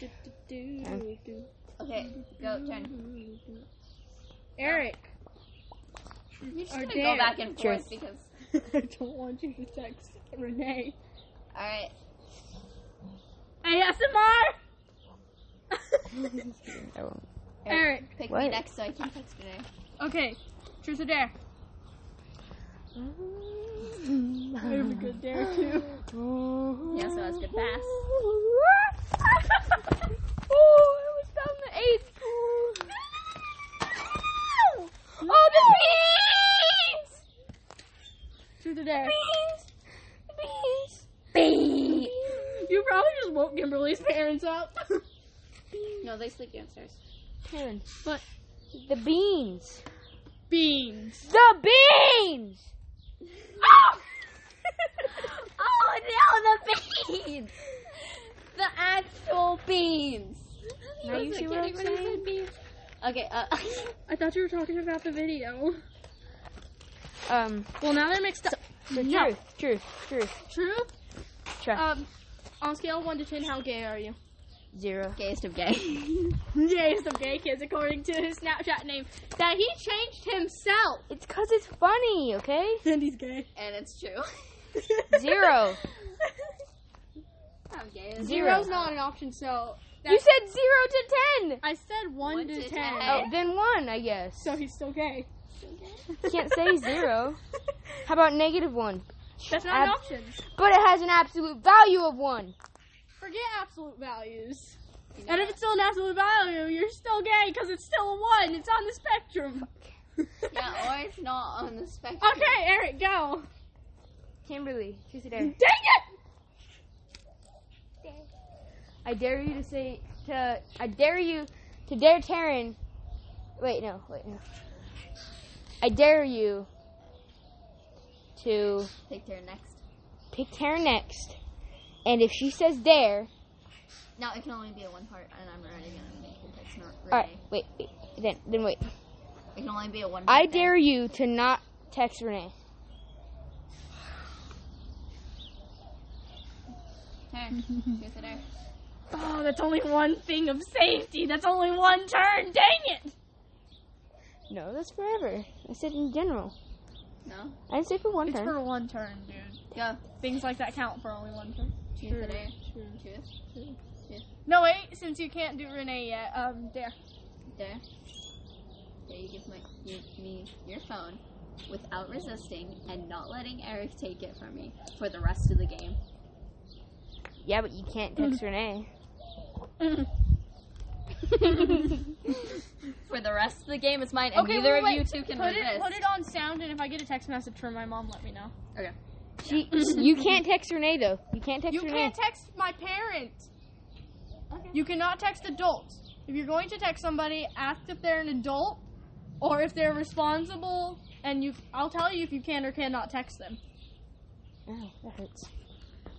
Okay, go, Jen. Eric. You're just Or gonna dare. go back and forth Truth. *laughs* because. I don't want you to text Renee. Alright. ASMR. *laughs* I won't. Eric. Pick me What? next so I can text today. Okay. Truth or *laughs* dare? I have a good dare *laughs* too. *laughs* Yeah, so that's good pass. Oh, it was down the eighth. Oh, the beans! Truth or dare? Beans! You probably just woke Kimberly's parents up. *laughs* No, they sleep downstairs. Karen, What? The beans. Beans. The beans! Oh! *laughs* oh no, the beans! The actual beans! Now you see what I'm saying? Okay, uh. I thought you were talking about the video. Um, Well, now they're mixed up. so No. truth, truth, truth, Truth? truth. Um, on scale of 1 to 10, how gay are you? Zero. Gayest of *laughs* gay. Jay is the gay kids, according to his Snapchat name, that he changed himself. It's because it's funny, okay? And he's gay. and it's true. *laughs* Zero. I'm gay as Zero's not an option, so. you that's- said zero to ten! I said 1, One to, to 10. ten. Oh, then one, I guess. So he's still gay. Can't say zero. How about negative one? That's not an Ab- option. But it has an absolute value of one. Forget absolute values. And if it's still an absolute value, you're still gay because it's still a 1. It's on the spectrum. *laughs* Yeah, or it's not on the spectrum. *laughs* Okay, Eric, go. Kimberly, she's there. Dang it! I dare you to say to I dare you to dare Taryn. Wait, no, wait, no. I dare you to Take care next. pick Tara next, and if she says dare, No, it can only be a one part, and I'm already gonna make it. It's not really. all right, wait, wait, then then wait. It can only be a one. I part thing. dare you to not text Renee. Here, truth or dare. Oh, that's only one thing of safety. That's only one turn. Dang it! No, that's forever. I said in general. No. I didn't say for one It's turn. for one turn, dude. Go. Things like that count for only one turn. Truth or dare. Truth. No, wait. Since you can't do Renee yet, um, dare. Dare. Dare you give my you, me your phone without resisting and not letting Eric take it from me for the rest of the game. Yeah, but you can't text Mm-hmm. Renee. For the rest of the game, it's mine, and neither well, of wait. you two can put resist. it put it on sound, and if I get a text message from my mom, let me know. Okay. *laughs* She, you can't text Renee though. You can't text You Renee. can't text my parent. Okay. You cannot text adults. If you're going to text somebody, ask if they're an adult or if they're responsible, and you. I'll tell you if you can or cannot text *laughs* them. oh, that hurts.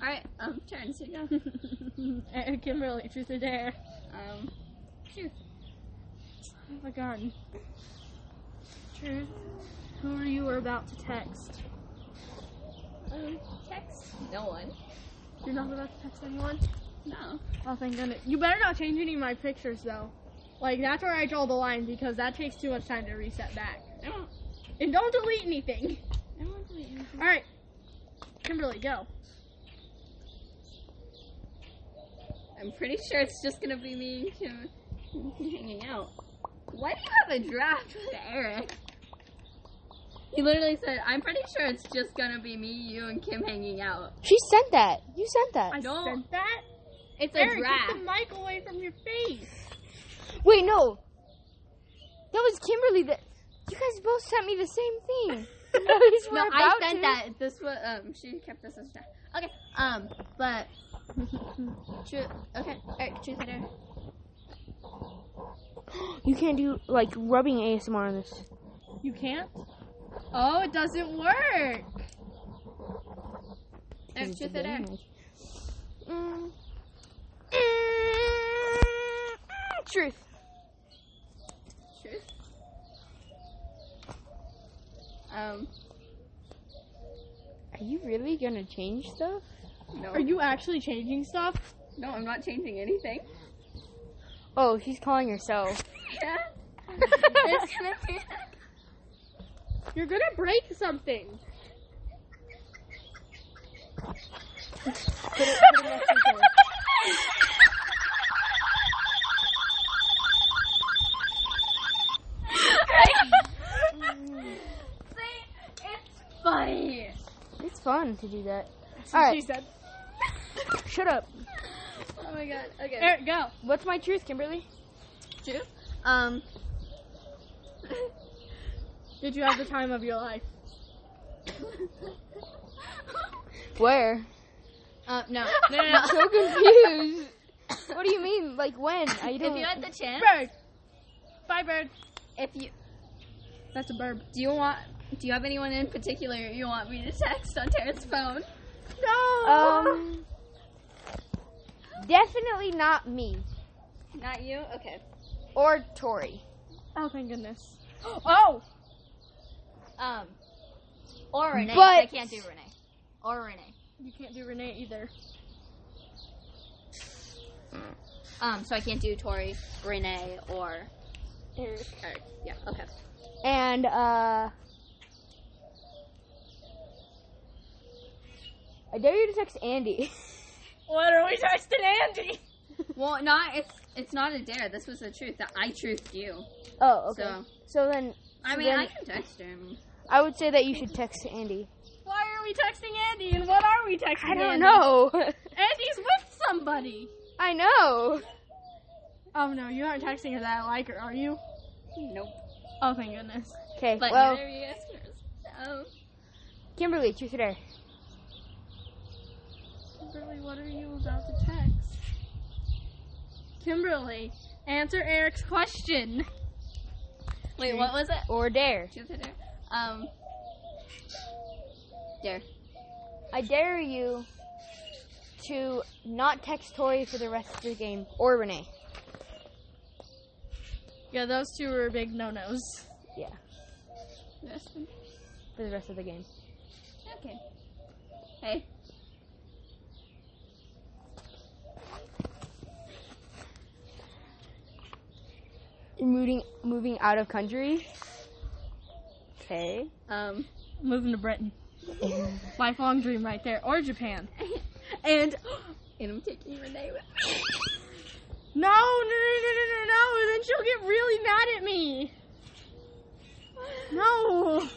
All right. Um, turns you go. *laughs* Uh, Kimberly, truth or dare? um, truth. I have a gun. Truth. Who are you are about to text? Um, text. No one. You're not about to text anyone. No. Oh, thank goodness. You better not change any of my pictures, though. Like, that's where I draw the line because that takes too much time to reset back. I won't. And don't delete anything. I won't delete anything. Alright. Kimberly, go. I'm pretty sure it's just gonna be me and Kim hanging out. Why do you have a draft with Eric? He literally said, I'm pretty sure it's just gonna be me, you, and Kim hanging out. She sent that. You sent that. I don't. sent that. It's a Eric, draft. get the mic away from your face. Wait, no. That was Kimberly. That you guys both sent me the same *laughs* thing. no, I sent that. This was, um, she kept this as draft. Okay, um, but. *laughs* True. Okay, Eric, truth or dare? You can't do like rubbing ASMR on this. You can't? Oh, it doesn't work. Eric, truth or dare? Mm. Mm. Truth. Truth. Um, Are you really gonna change stuff? no. Are you actually changing stuff? No, I'm not changing *laughs* anything. *laughs* Oh, she's calling herself. Yeah. it's *laughs* gonna be. You're gonna break something. funny. It's fun to do that. That's All what right. she said. Shut up. Oh my god. Okay. Eric, go. What's my truth, Kimberly? Truth. Um. Did you have the time of your life? Where? uh, no. No, no, no. *laughs* So confused. what do you mean? Like when? I If don't. you had the chance, Bird. Bye, bird. if you That's a bird. do you want, do you have anyone in particular you want me to text on Tara's phone? No. Um. Definitely not me Not you. Okay. or Tori. oh, thank goodness. Oh, Um. Or Renee. But- I can't do Renee. Or Renee. you can't do Renee either. Um. So I can't do Tori, Renee, or Eric. Yeah. Okay. And uh. I dare you to text Andy. *laughs* What are we texting Andy? Well, not it's it's not a dare. This was the truth that I truthed you. Oh, okay. So- So, then I mean, Then- I can text her. I mean, I would say that you should text Andy. Why are we texting Andy? And what are we texting? I don't Andy? know. *laughs* Andy's with somebody. I know. Oh no, you aren't texting her that I like her, are you? nope. Oh thank goodness. Okay. But Well, neither of you guys can. So, Kimberly, truth or dare? Kimberly, what are you about to text? Kimberly, answer Eric's question. Wait, what was it? or dare. Truth or dare? Um, dare. I dare you to not text Tori for the rest of the game or Renee. Yeah, those two were big no-nos. Yeah, Yes. for the rest of the game. Okay. Hey. Moving moving out of country. Okay. Um, Moving to Britain. Lifelong dream right there. Or Japan. *laughs* and and I'm taking your name. No, no, no, no, no, no, no. Then she'll get really mad at me. No.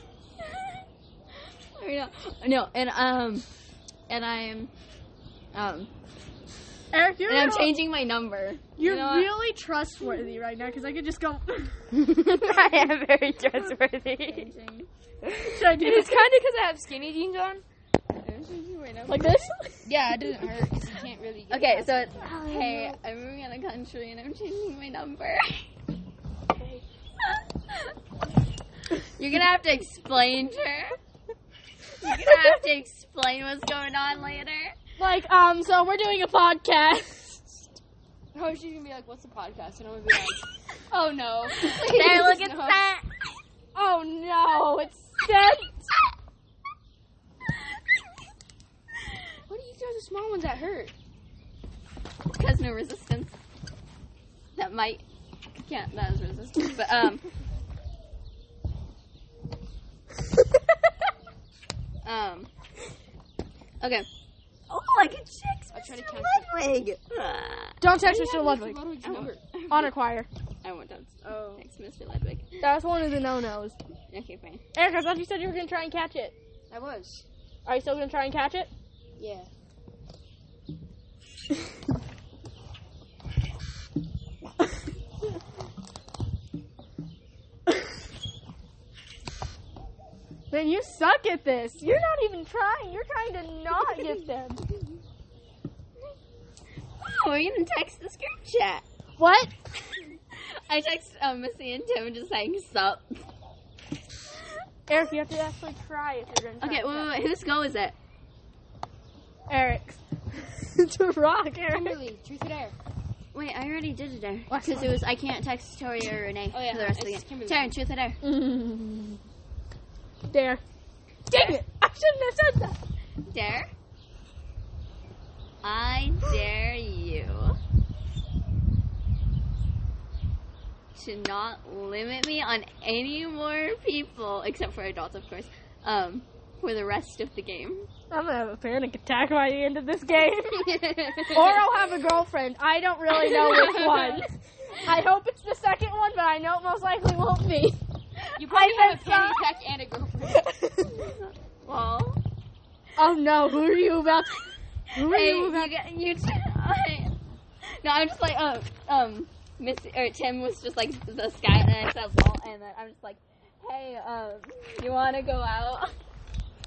Or no, no, and um, and I'm um, Eric, you're, and I'm real- changing my number. you're You know what? really trustworthy right now because I could just go. *laughs* I am very trustworthy. Changing. Should I do It's this? kind of because I have skinny jeans on. Like this? Yeah, it doesn't hurt because you can't really get Okay, so it's hey, I'm moving out of country and I'm changing my number. *laughs* You're gonna have to explain to her. You're gonna have to explain what's going on later. Like, um, so we're doing a podcast. Oh, she's gonna be like, "What's the podcast?" And I'm gonna be like, Oh *laughs* no. "There, look *laughs* at that." Oh no, it's dead. What do you throw the small ones that hurt? *laughs* Has no resistance. That might can't that is resistance. But *laughs* um Um Okay. Oh like a chick's I'll try to Mr. count Ludwig. Ah. Don't touch Mr. Ludwig. I won't, Honor choir. I won't dance. Oh. Thanks, Mr. Ludwig. That was one of the no-nos. Okay, fine. Eric, I thought you said you were gonna try and catch it. I was. Are you still gonna try and catch it? Yeah. *laughs* Then you suck at this. You're not even trying. You're trying to not get them. Oh, we didn't text the group chat. What? *laughs* I text um, Missy and Tim just saying sup. Eric, you have to actually try if you're gonna try. Okay, wait, wait, wait, whose goal is it? Eric. *laughs* it's a rock, Eric. Kimberly, truth or dare? Wait, I already did it there. What? Because it was I can't text Tori or Renee Oh, yeah, for the rest of the it's game. Kimberly. Taryn, truth or dare? Mm. Dare. Dang it! I shouldn't have said Mm-hmm. Dare? I dare you to not limit me on any more people, except for adults, of course, um, for the rest of *laughs* the game. that. I'm gonna have a panic attack by the end of this game. *laughs* or I'll have a girlfriend. I don't really know *laughs* *laughs* which one. I hope it's the second one, but I know it most likely won't be. You probably I have a said panic so. attack and a girlfriend. *laughs* well, *laughs* Oh no, who are you about *laughs* Who are hey, you you, about get- you t- *laughs* I- no, I'm just like, oh, um, Miss or Tim was just like the sky, and I said lol, and then I'm just like, hey, um, you want to go out?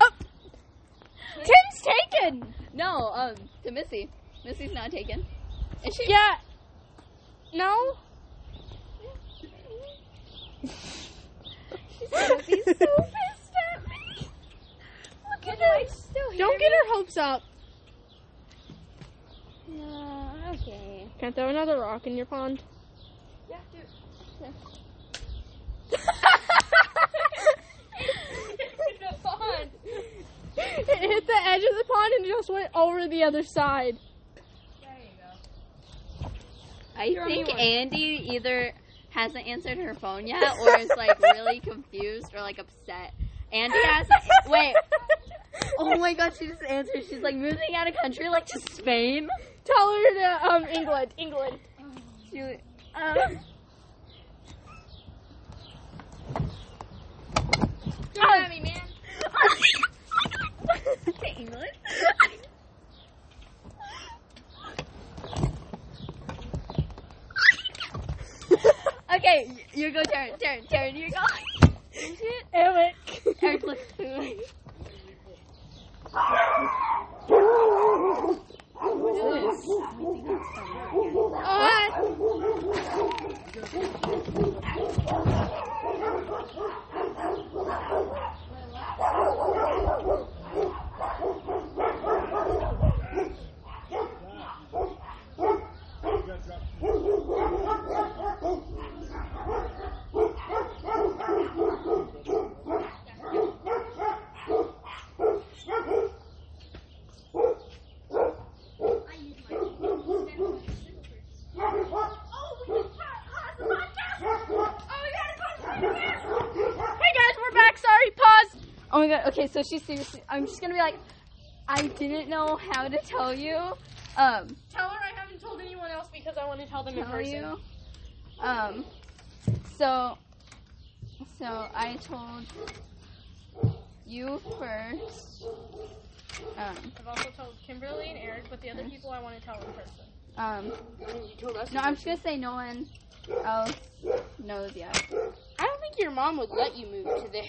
Oh, Tim's taken! No, um, to Missy. Missy's not taken. Is she? Yeah. No? She's gonna *laughs* be so pissed at me. Look at her. Still here. Don't get her hopes up. No, *laughs* okay. Can I throw another rock in your pond? *laughs* It hit the edge of the pond and just went over the other side. I think Andy either hasn't answered her phone yet, or is like really confused or like upset. Andy has wait. Oh my god, she just answered. She's like moving out of country, like to Spain. Tell her to um England, England. She, um, Oh, to England. okay, y- you go, Taryn. Taryn, Taryn, you go. Eric. Eric, look. What is this? Uh, Ah. Oh my god. Okay, so she's seriously. I'm just gonna be like, I didn't know how to tell you. Um, Tell her I haven't told anyone else because I want to tell them in tell person. you. Um, so, so I told you first. Um, I've also told Kimberly and Eric, but the other people I want to tell in person. um. You told us. No, I'm just gonna say no one else knows yet. I don't think your mom would let you move to there.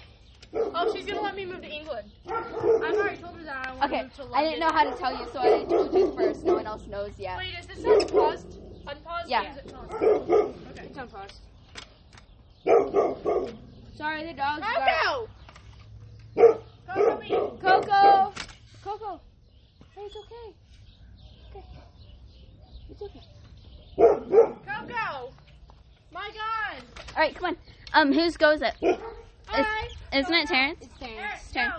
Oh, she's gonna let me move to England. I've already told her that I want to Okay, move to London. I didn't know how to tell you, so I told you first. No one else knows yet. Wait, is this not paused? Unpaused? Yeah. Or is it paused? Okay, it's unpaused. Sorry, the dog's bark. Coco! Coco, leave. Coco! Coco! Hey, it's okay. Coco! My God! Alright, come on. Um, whose goes it? Hi! Isn't it Terrence? It's Eric, Terrence. turn. no.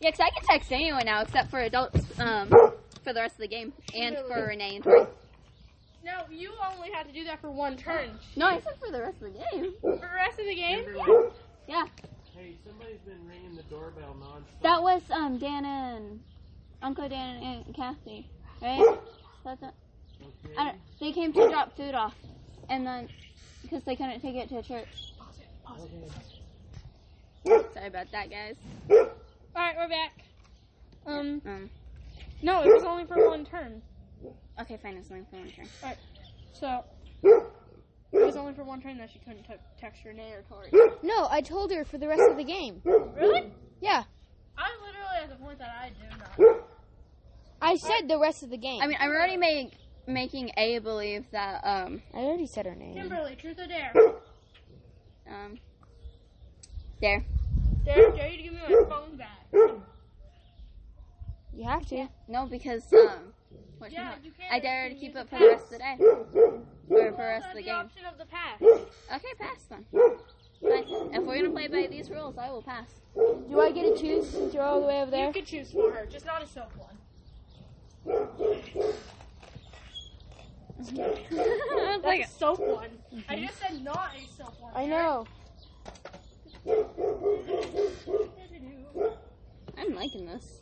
Yeah, 'cause I can text anyone now except for adults, um, for the rest of the game. And for Renee and Troy. No, you only had to do that for one turn. No, I said for the rest of the game. For the rest of the game? Hey, somebody's been ringing the doorbell nonstop. That was, um, Dan and Uncle Dan and Aunt Kathy, right? That's not, Okay. I don't, they came to drop food off. And then, because they couldn't take it to church. Okay. Sorry about that, guys. Alright, we're back. Um, Um, no, it was only for one turn. okay, fine, it's only for one turn. So, it was only for one turn that she couldn't t- text her name or Tori. No, I told her for the rest of the game. Really? Yeah, I'm literally at the point that I do not. I said the rest of the game. I mean, I'm already make, making A believe that, um, I already said her name. Kimberly, truth or dare? um, there. Dare, dare you to give me my phone back. You have to. No, because, um, what's Yeah, your- you can. I dare her You can to keep use it for the pass. rest of the day. Or for the rest of the the game. option of the pass. Okay, pass then. Fine. If we're gonna play by these rules, I will pass. Do I get to choose since you're all the way over You there? could choose for her, just not a soap one. It's Like like, a soap one. I just said not a soap one. I know. I'm liking this.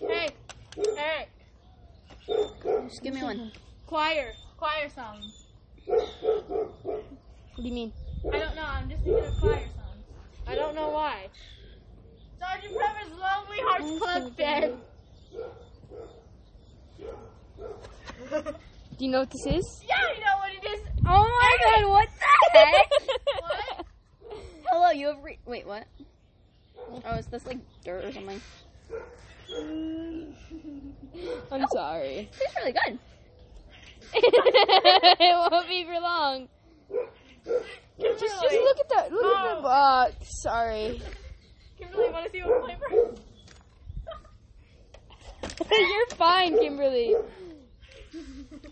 Hey, Eric, Just give me one. choir, choir songs. What do you mean? I don't know. I'm just thinking of choir songs. I don't know why. Sergeant Pepper's Lonely Hearts Club Band. Do you know what this is? Yeah, you know what it is. Oh my god, what the *laughs* heck? What? Hello, you have re- wait, what? Oh, is this like dirt or something? I'm *laughs* sorry. *laughs* This is really good. it won't be for long. Just, just look at that. Look at the box. Sorry. Kimberly, want to see what flavor? You're fine, Kimberly.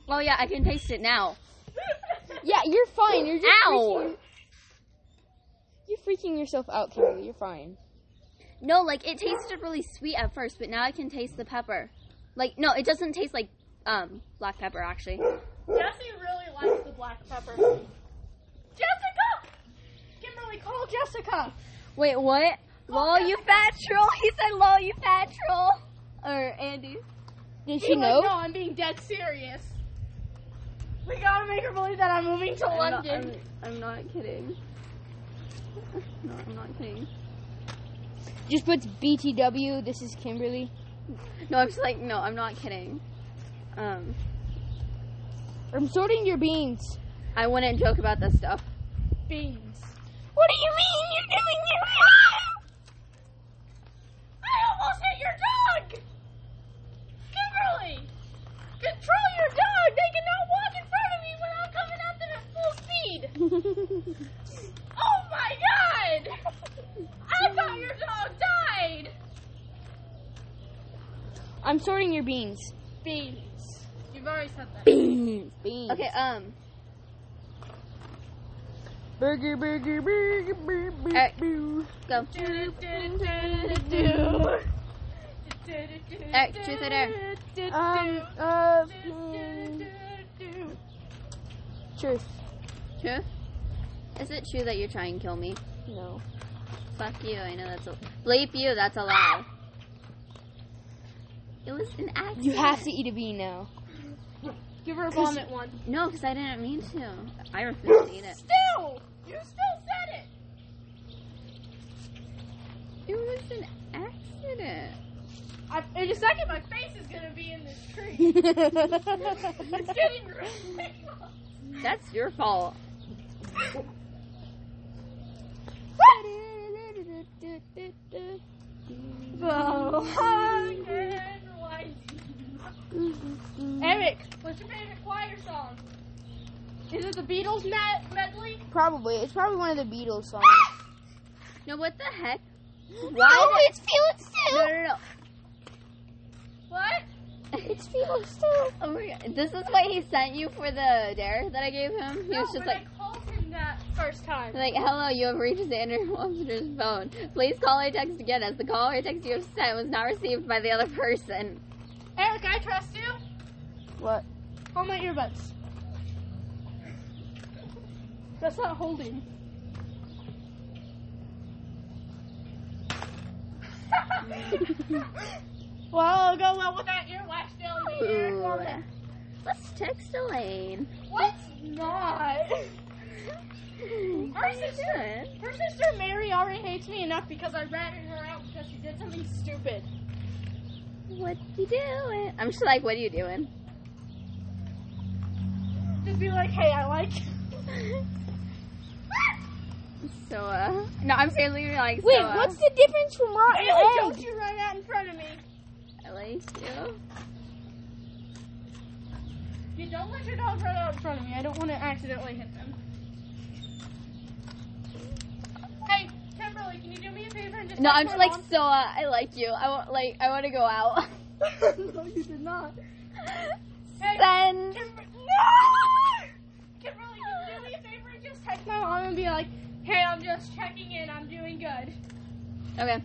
Oh yeah, I can taste it now. Yeah, you're fine. You're just Ow! Freaking, you're freaking yourself out, Kimberly. You're fine. No, like it tasted really sweet at first, but now I can taste the pepper. Like no, it doesn't taste like um black pepper actually. Jesse really likes the black pepper. Jessica! Kimberly, call Jessica. Wait, what? Oh, Lol, you fat troll. *laughs* He said, "Lol, you fat troll." Or Andy. Did She's she like, no, know? I'm being dead serious. We gotta make her believe that I'm moving to London. *laughs* Just puts BTW. This is Kimberly. No, I'm just like, no, I'm not kidding. Um, I'm sorting your beans. I wouldn't joke about this stuff. Beans. What do you mean you're doing your I almost hit your dog! Kimberly! Control your dog! They cannot walk in front of you when I'm coming at them at full speed! oh my god! I thought your dog died! I'm sorting your beans. Beans. You've already said that. Beans. Beans. Okay, um, Burger, burger, burger, burger, Alright. burger. go. Alright, truth or dare. Um, uh, mm, truth. True? Is it true that you're trying to kill me? No. Fuck you. I know that's a bleep you. That's a lie. It was an accident. You have to eat a bean now. Give her a vomit one. No, because I didn't mean to. I refuse to eat it. Still, you still said it. It was an accident. I, in a second, my face is gonna be in this tree. it's getting really That's your fault. Eric, what's your favorite choir song? Is it the Beatles med- medley? Probably. It's probably one of the Beatles songs. No, what the heck? Why? Oh, it's Felix too. No, no, no. What? It's Felix too. Oh my god. This is what he sent you for the dare that I gave him. He no, was just when like, I called him that first time. like, hello, you have reached Xander *laughs* Webster's phone. Please call or text again as the call or text you have sent was not received by the other person. Eric, I trust you. What? Hold my earbuds. That's not holding. *laughs* well, go well with that earwax down the ear. Ooh. Let's text Elaine. What's not? *laughs* What are you doing? Her sister Mary already hates me enough because I ratted her out because she did something stupid. What you doing? I'm just like, what are you doing? Just be like, hey, I like. *laughs* So, uh, no, I'm seriously gonna be like, Wait, so, uh, what's the difference from rotten Really and don't egg? you run out in front of me. I like you. You don't let your dog run out in front of me. I don't want to accidentally hit them. Hey, Kimberly, can you do me a favor and just No, text I'm my just like, mom? so, uh, I like you. I want, like, I want to go out. *laughs* no, you did not. Hey, Send. Kimber- no! Kimberly, can you do me a favor and just text my mom and be like, "Hey, I'm just checking in. I'm doing good." Okay.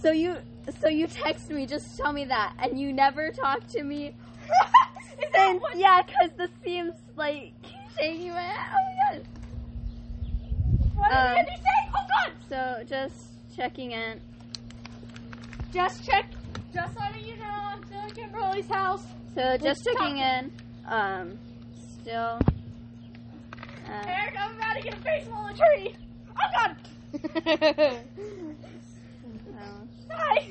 So you, so you text me, just tell me that, and you never talk to me *laughs* Is that since. what- Yeah, cause this seems like shaking my head. Oh my god. what um, did you say? Oh God! So just checking in. Just check. Just letting you know, I'm still at Kimberly's house. So Let's just checking in. Um, still. Uh, Eric, I'm about to get a face wall in the tree. Oh God! so- Hi. *laughs*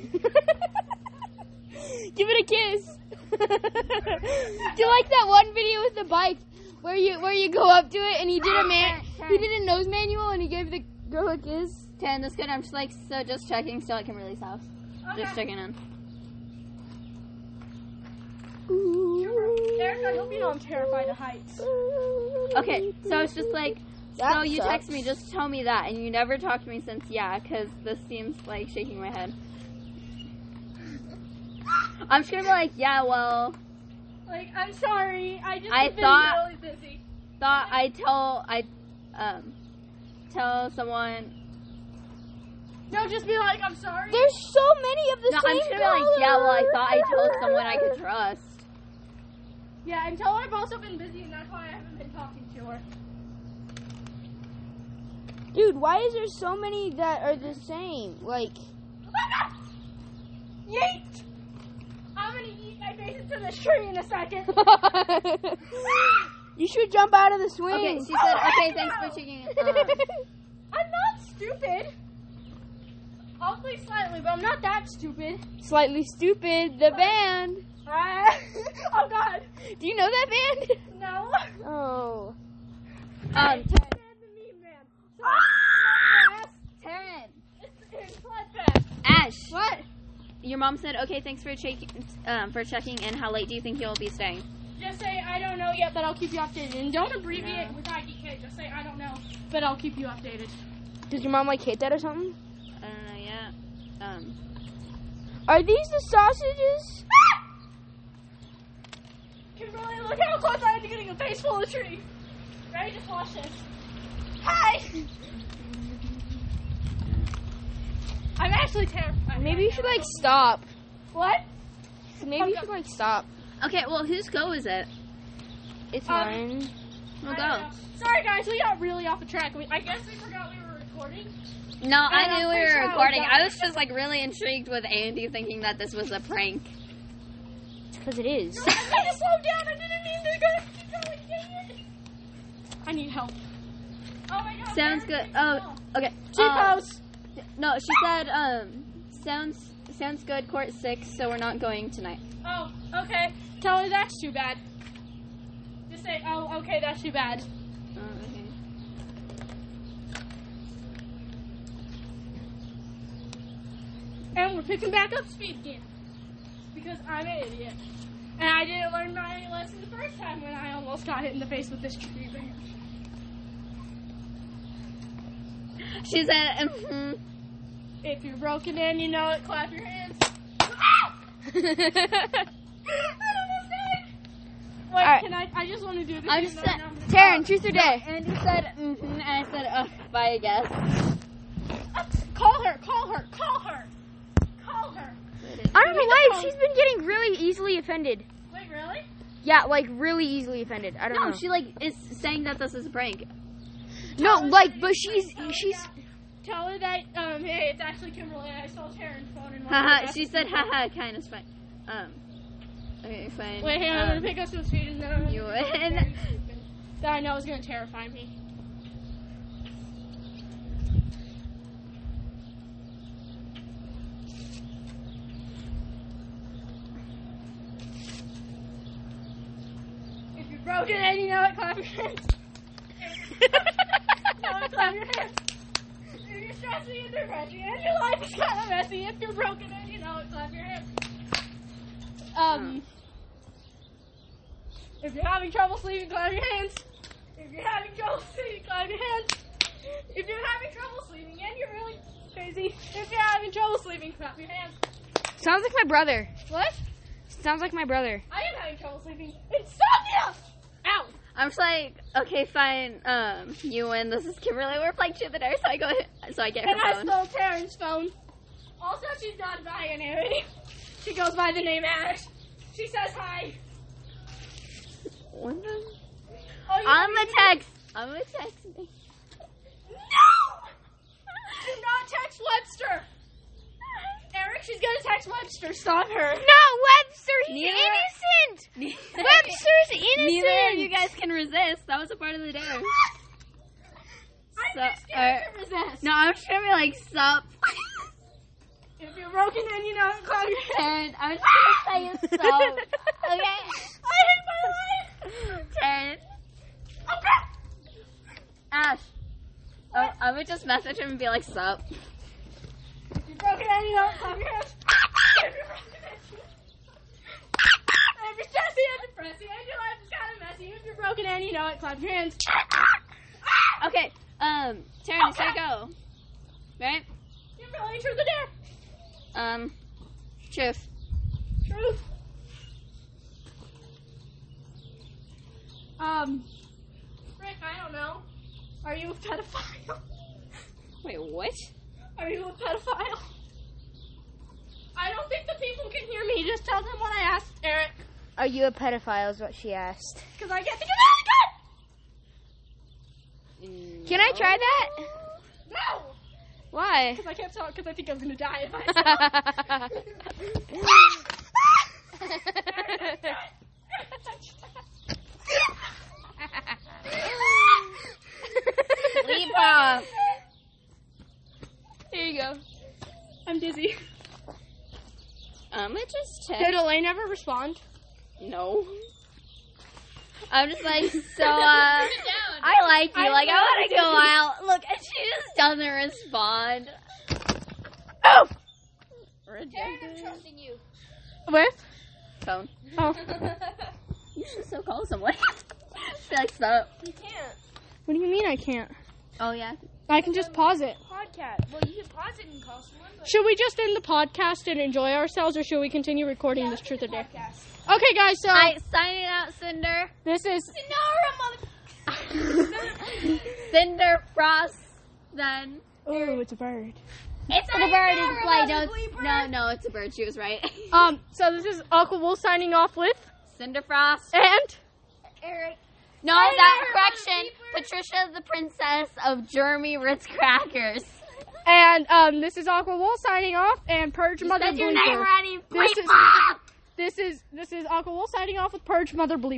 Give it a kiss. *laughs* Do you like that one video with the bike where you where you go up to it and he did a man he did a nose manual and he gave the girl a kiss? Tan, that's good. I'm just like so just checking. Still at Kimberly's house. Just checking in. Eric, I hope you know I'm terrified of heights. Okay, so it's just like That so you sucks. text me, just tell me that, and you never talked to me since. Yeah, because this seems like shaking my head. I'm just gonna be like, yeah, well, Like, I'm sorry. I just I have been thought- really busy. thought I tell I um tell someone. No, just be like, I'm sorry. There's so many of the No, I'm same just gonna be like, yeah, well, I thought I told someone I could trust. Yeah, and tell her I've also been busy, and that's why I haven't been talking to her. Dude, why is there so many that are the same? *laughs* Like Oh my god! Yeet! I'm gonna eat my face into this tree in a second. *laughs* *laughs* you should jump out of the swing. Okay, she said, okay, thanks for checking. in." Um, I'm not stupid. Awfully slightly, but I'm not that stupid. Slightly stupid, the band. I... *laughs* oh god, Do you know that band? no. *laughs* Oh. um, Ted the Mean Man. So, Ah! Taryn, it's in Bloodbath. *laughs* Ash, What? your mom said, okay, thanks for checking um, for checking in. How late do you think you'll be staying? Just say I don't know yet, but I'll keep you updated. And don't abbreviate No. with IDK. Just say I don't know, but I'll keep you updated. Does your mom like hate that or something? I don't know yet. Um, Are these the sausages? Kimberly, look how close I am to getting a face full of tree. Ready? Just watch this. Hi. I'm actually terrified. Maybe you should like stop. What? Maybe you should like stop. okay, well, whose go is it? It's Um, mine. We'll I go. don't know. Sorry guys, we got really off the track. We, I guess we forgot we were recording. *laughs* No, I no, knew we please were don't, recording. don't. I was just like really intrigued with Andy thinking that this was a prank. Because it is. slow down. I didn't mean to go. Keep going. Dang it. I need help. Oh my god. Sounds good. Oh, okay. Uh, Cheapos. no, she said. Um, sounds sounds good. Court six, so we're not going tonight. oh, okay. Tell her that's too bad. Just say, oh, okay, that's too bad. Oh, okay. And we're picking back up speed again. Because I'm an idiot. And I didn't learn my lesson the first time when I almost got hit in the face with this tree branch. She said. Mm-hmm. If you're broken in, you know it, clap your *laughs* hands. Wait, right. can I? I just want to do this. I even just though said- I'm not- Taryn, truth or dare? Andy said. Mm-hmm, and I said. Ugh, bye. I guess. Ah, Call her, call her, call her, call her. I don't know why she's been getting really easily offended. Wait, really? Yeah, like really easily offended. I don't No, Oh. know. she like is saying that this is a prank. no, like, but she's she's Tell her that. Um, hey, it's actually Kimberly. I stole Taryn's phone and. Haha. she said. Haha. Kind of fine. Um. Okay, fine. Wait, hang on. I'm Um, gonna pick up some speed and then. I'm gonna you do something win. very stupid That I know is gonna terrify me. If you're broken and you know it, clap your hands. *laughs* No, clap your hands. If you're stressing and depressing and your life is kind of messy, if you're broken and you know it, clap your hands. Oh. Um, if you're having trouble sleeping, clap your hands. If you're having trouble sleeping, clap your hands. If you're having trouble sleeping and you're really crazy, if you're having trouble sleeping, clap your hands. Sounds like my brother. What? Sounds like my brother. I am having trouble sleeping. Insomnia! Ow! I'm just like, okay, fine. Um, you win. This is Kimberly. We're playing truth or dare, so I go, so I get her And I phone. stole Taryn's phone. Also, she's not binary. She goes by the name Ash. She says hi. What the- Oh, you I'm a text. I'm a text. me. No! Do not text Webster. Eric, she's gonna text Webster. Stop her. No, Webster, he's Neither- innocent. *laughs* Webster's innocent. Neither of you guys can resist. That was a part of *laughs* the dare. So, I'm scared to resist. No, I'm just gonna be like, sup. *laughs* If you're broken in, you know, call your *laughs* head. Taryn, I'm just *laughs* gonna say sup. Okay. *laughs* I hate my life. Taryn. Okay. Ash. Oh, I would just message him and be like, sup. If you're broken in, you know, call your head. If you're broken in, you know- If you're stressy and depressing and your life is kind of messy, if you're broken in, you know it, clap your hands. Okay. Um, Taryn, it's your go. Right? You're really truth or dare. Um, *laughs* truth. Truth. Um, Rick, I don't know. Are you a pedophile? *laughs* Wait, what? Are you a pedophile? I don't think the people can hear me. Just tell them what I asked, Eric, Are you a pedophile? Is what she asked. because I get to get out Can I try that? of good. No, Why? because I can't talk. Because I think I'm gonna die if I. *laughs* *laughs* Leap off. Here you go. I'm dizzy. Um, I just Did text. Elaine ever respond? No. I'm just *laughs* like, so, uh, I like you. I like, I want to know. go out. Look, and she just doesn't respond. Oh! Rejected. Where? Phone. Oh. You should still call someone. *laughs* Be like, sup. What do you mean I can't? Oh, yeah. I can just pause it. Podcast. Well, you can pause it and call someone. Should we just end the podcast and enjoy ourselves, or should we continue recording this truth or dare? Okay, guys. So Alright, signing out, Cinder. this is *laughs* Cinder Frost, then. oh, it's a bird. It's a bird. It's a fly. No, it's- no, no, it's a bird. She was right. *laughs* Um. So this is Aqua Wolf signing off with Cinder Frost. and Eric. No, that correction. Patricia the Princess of Jeremy Ritz Crackers. And um, this is Aqua Wolf signing off, and Purge Mother Said your name Bleeper. already. This bleep is- bop. This is this is Aqua Wolf signing off with Purge Mother Bleeper.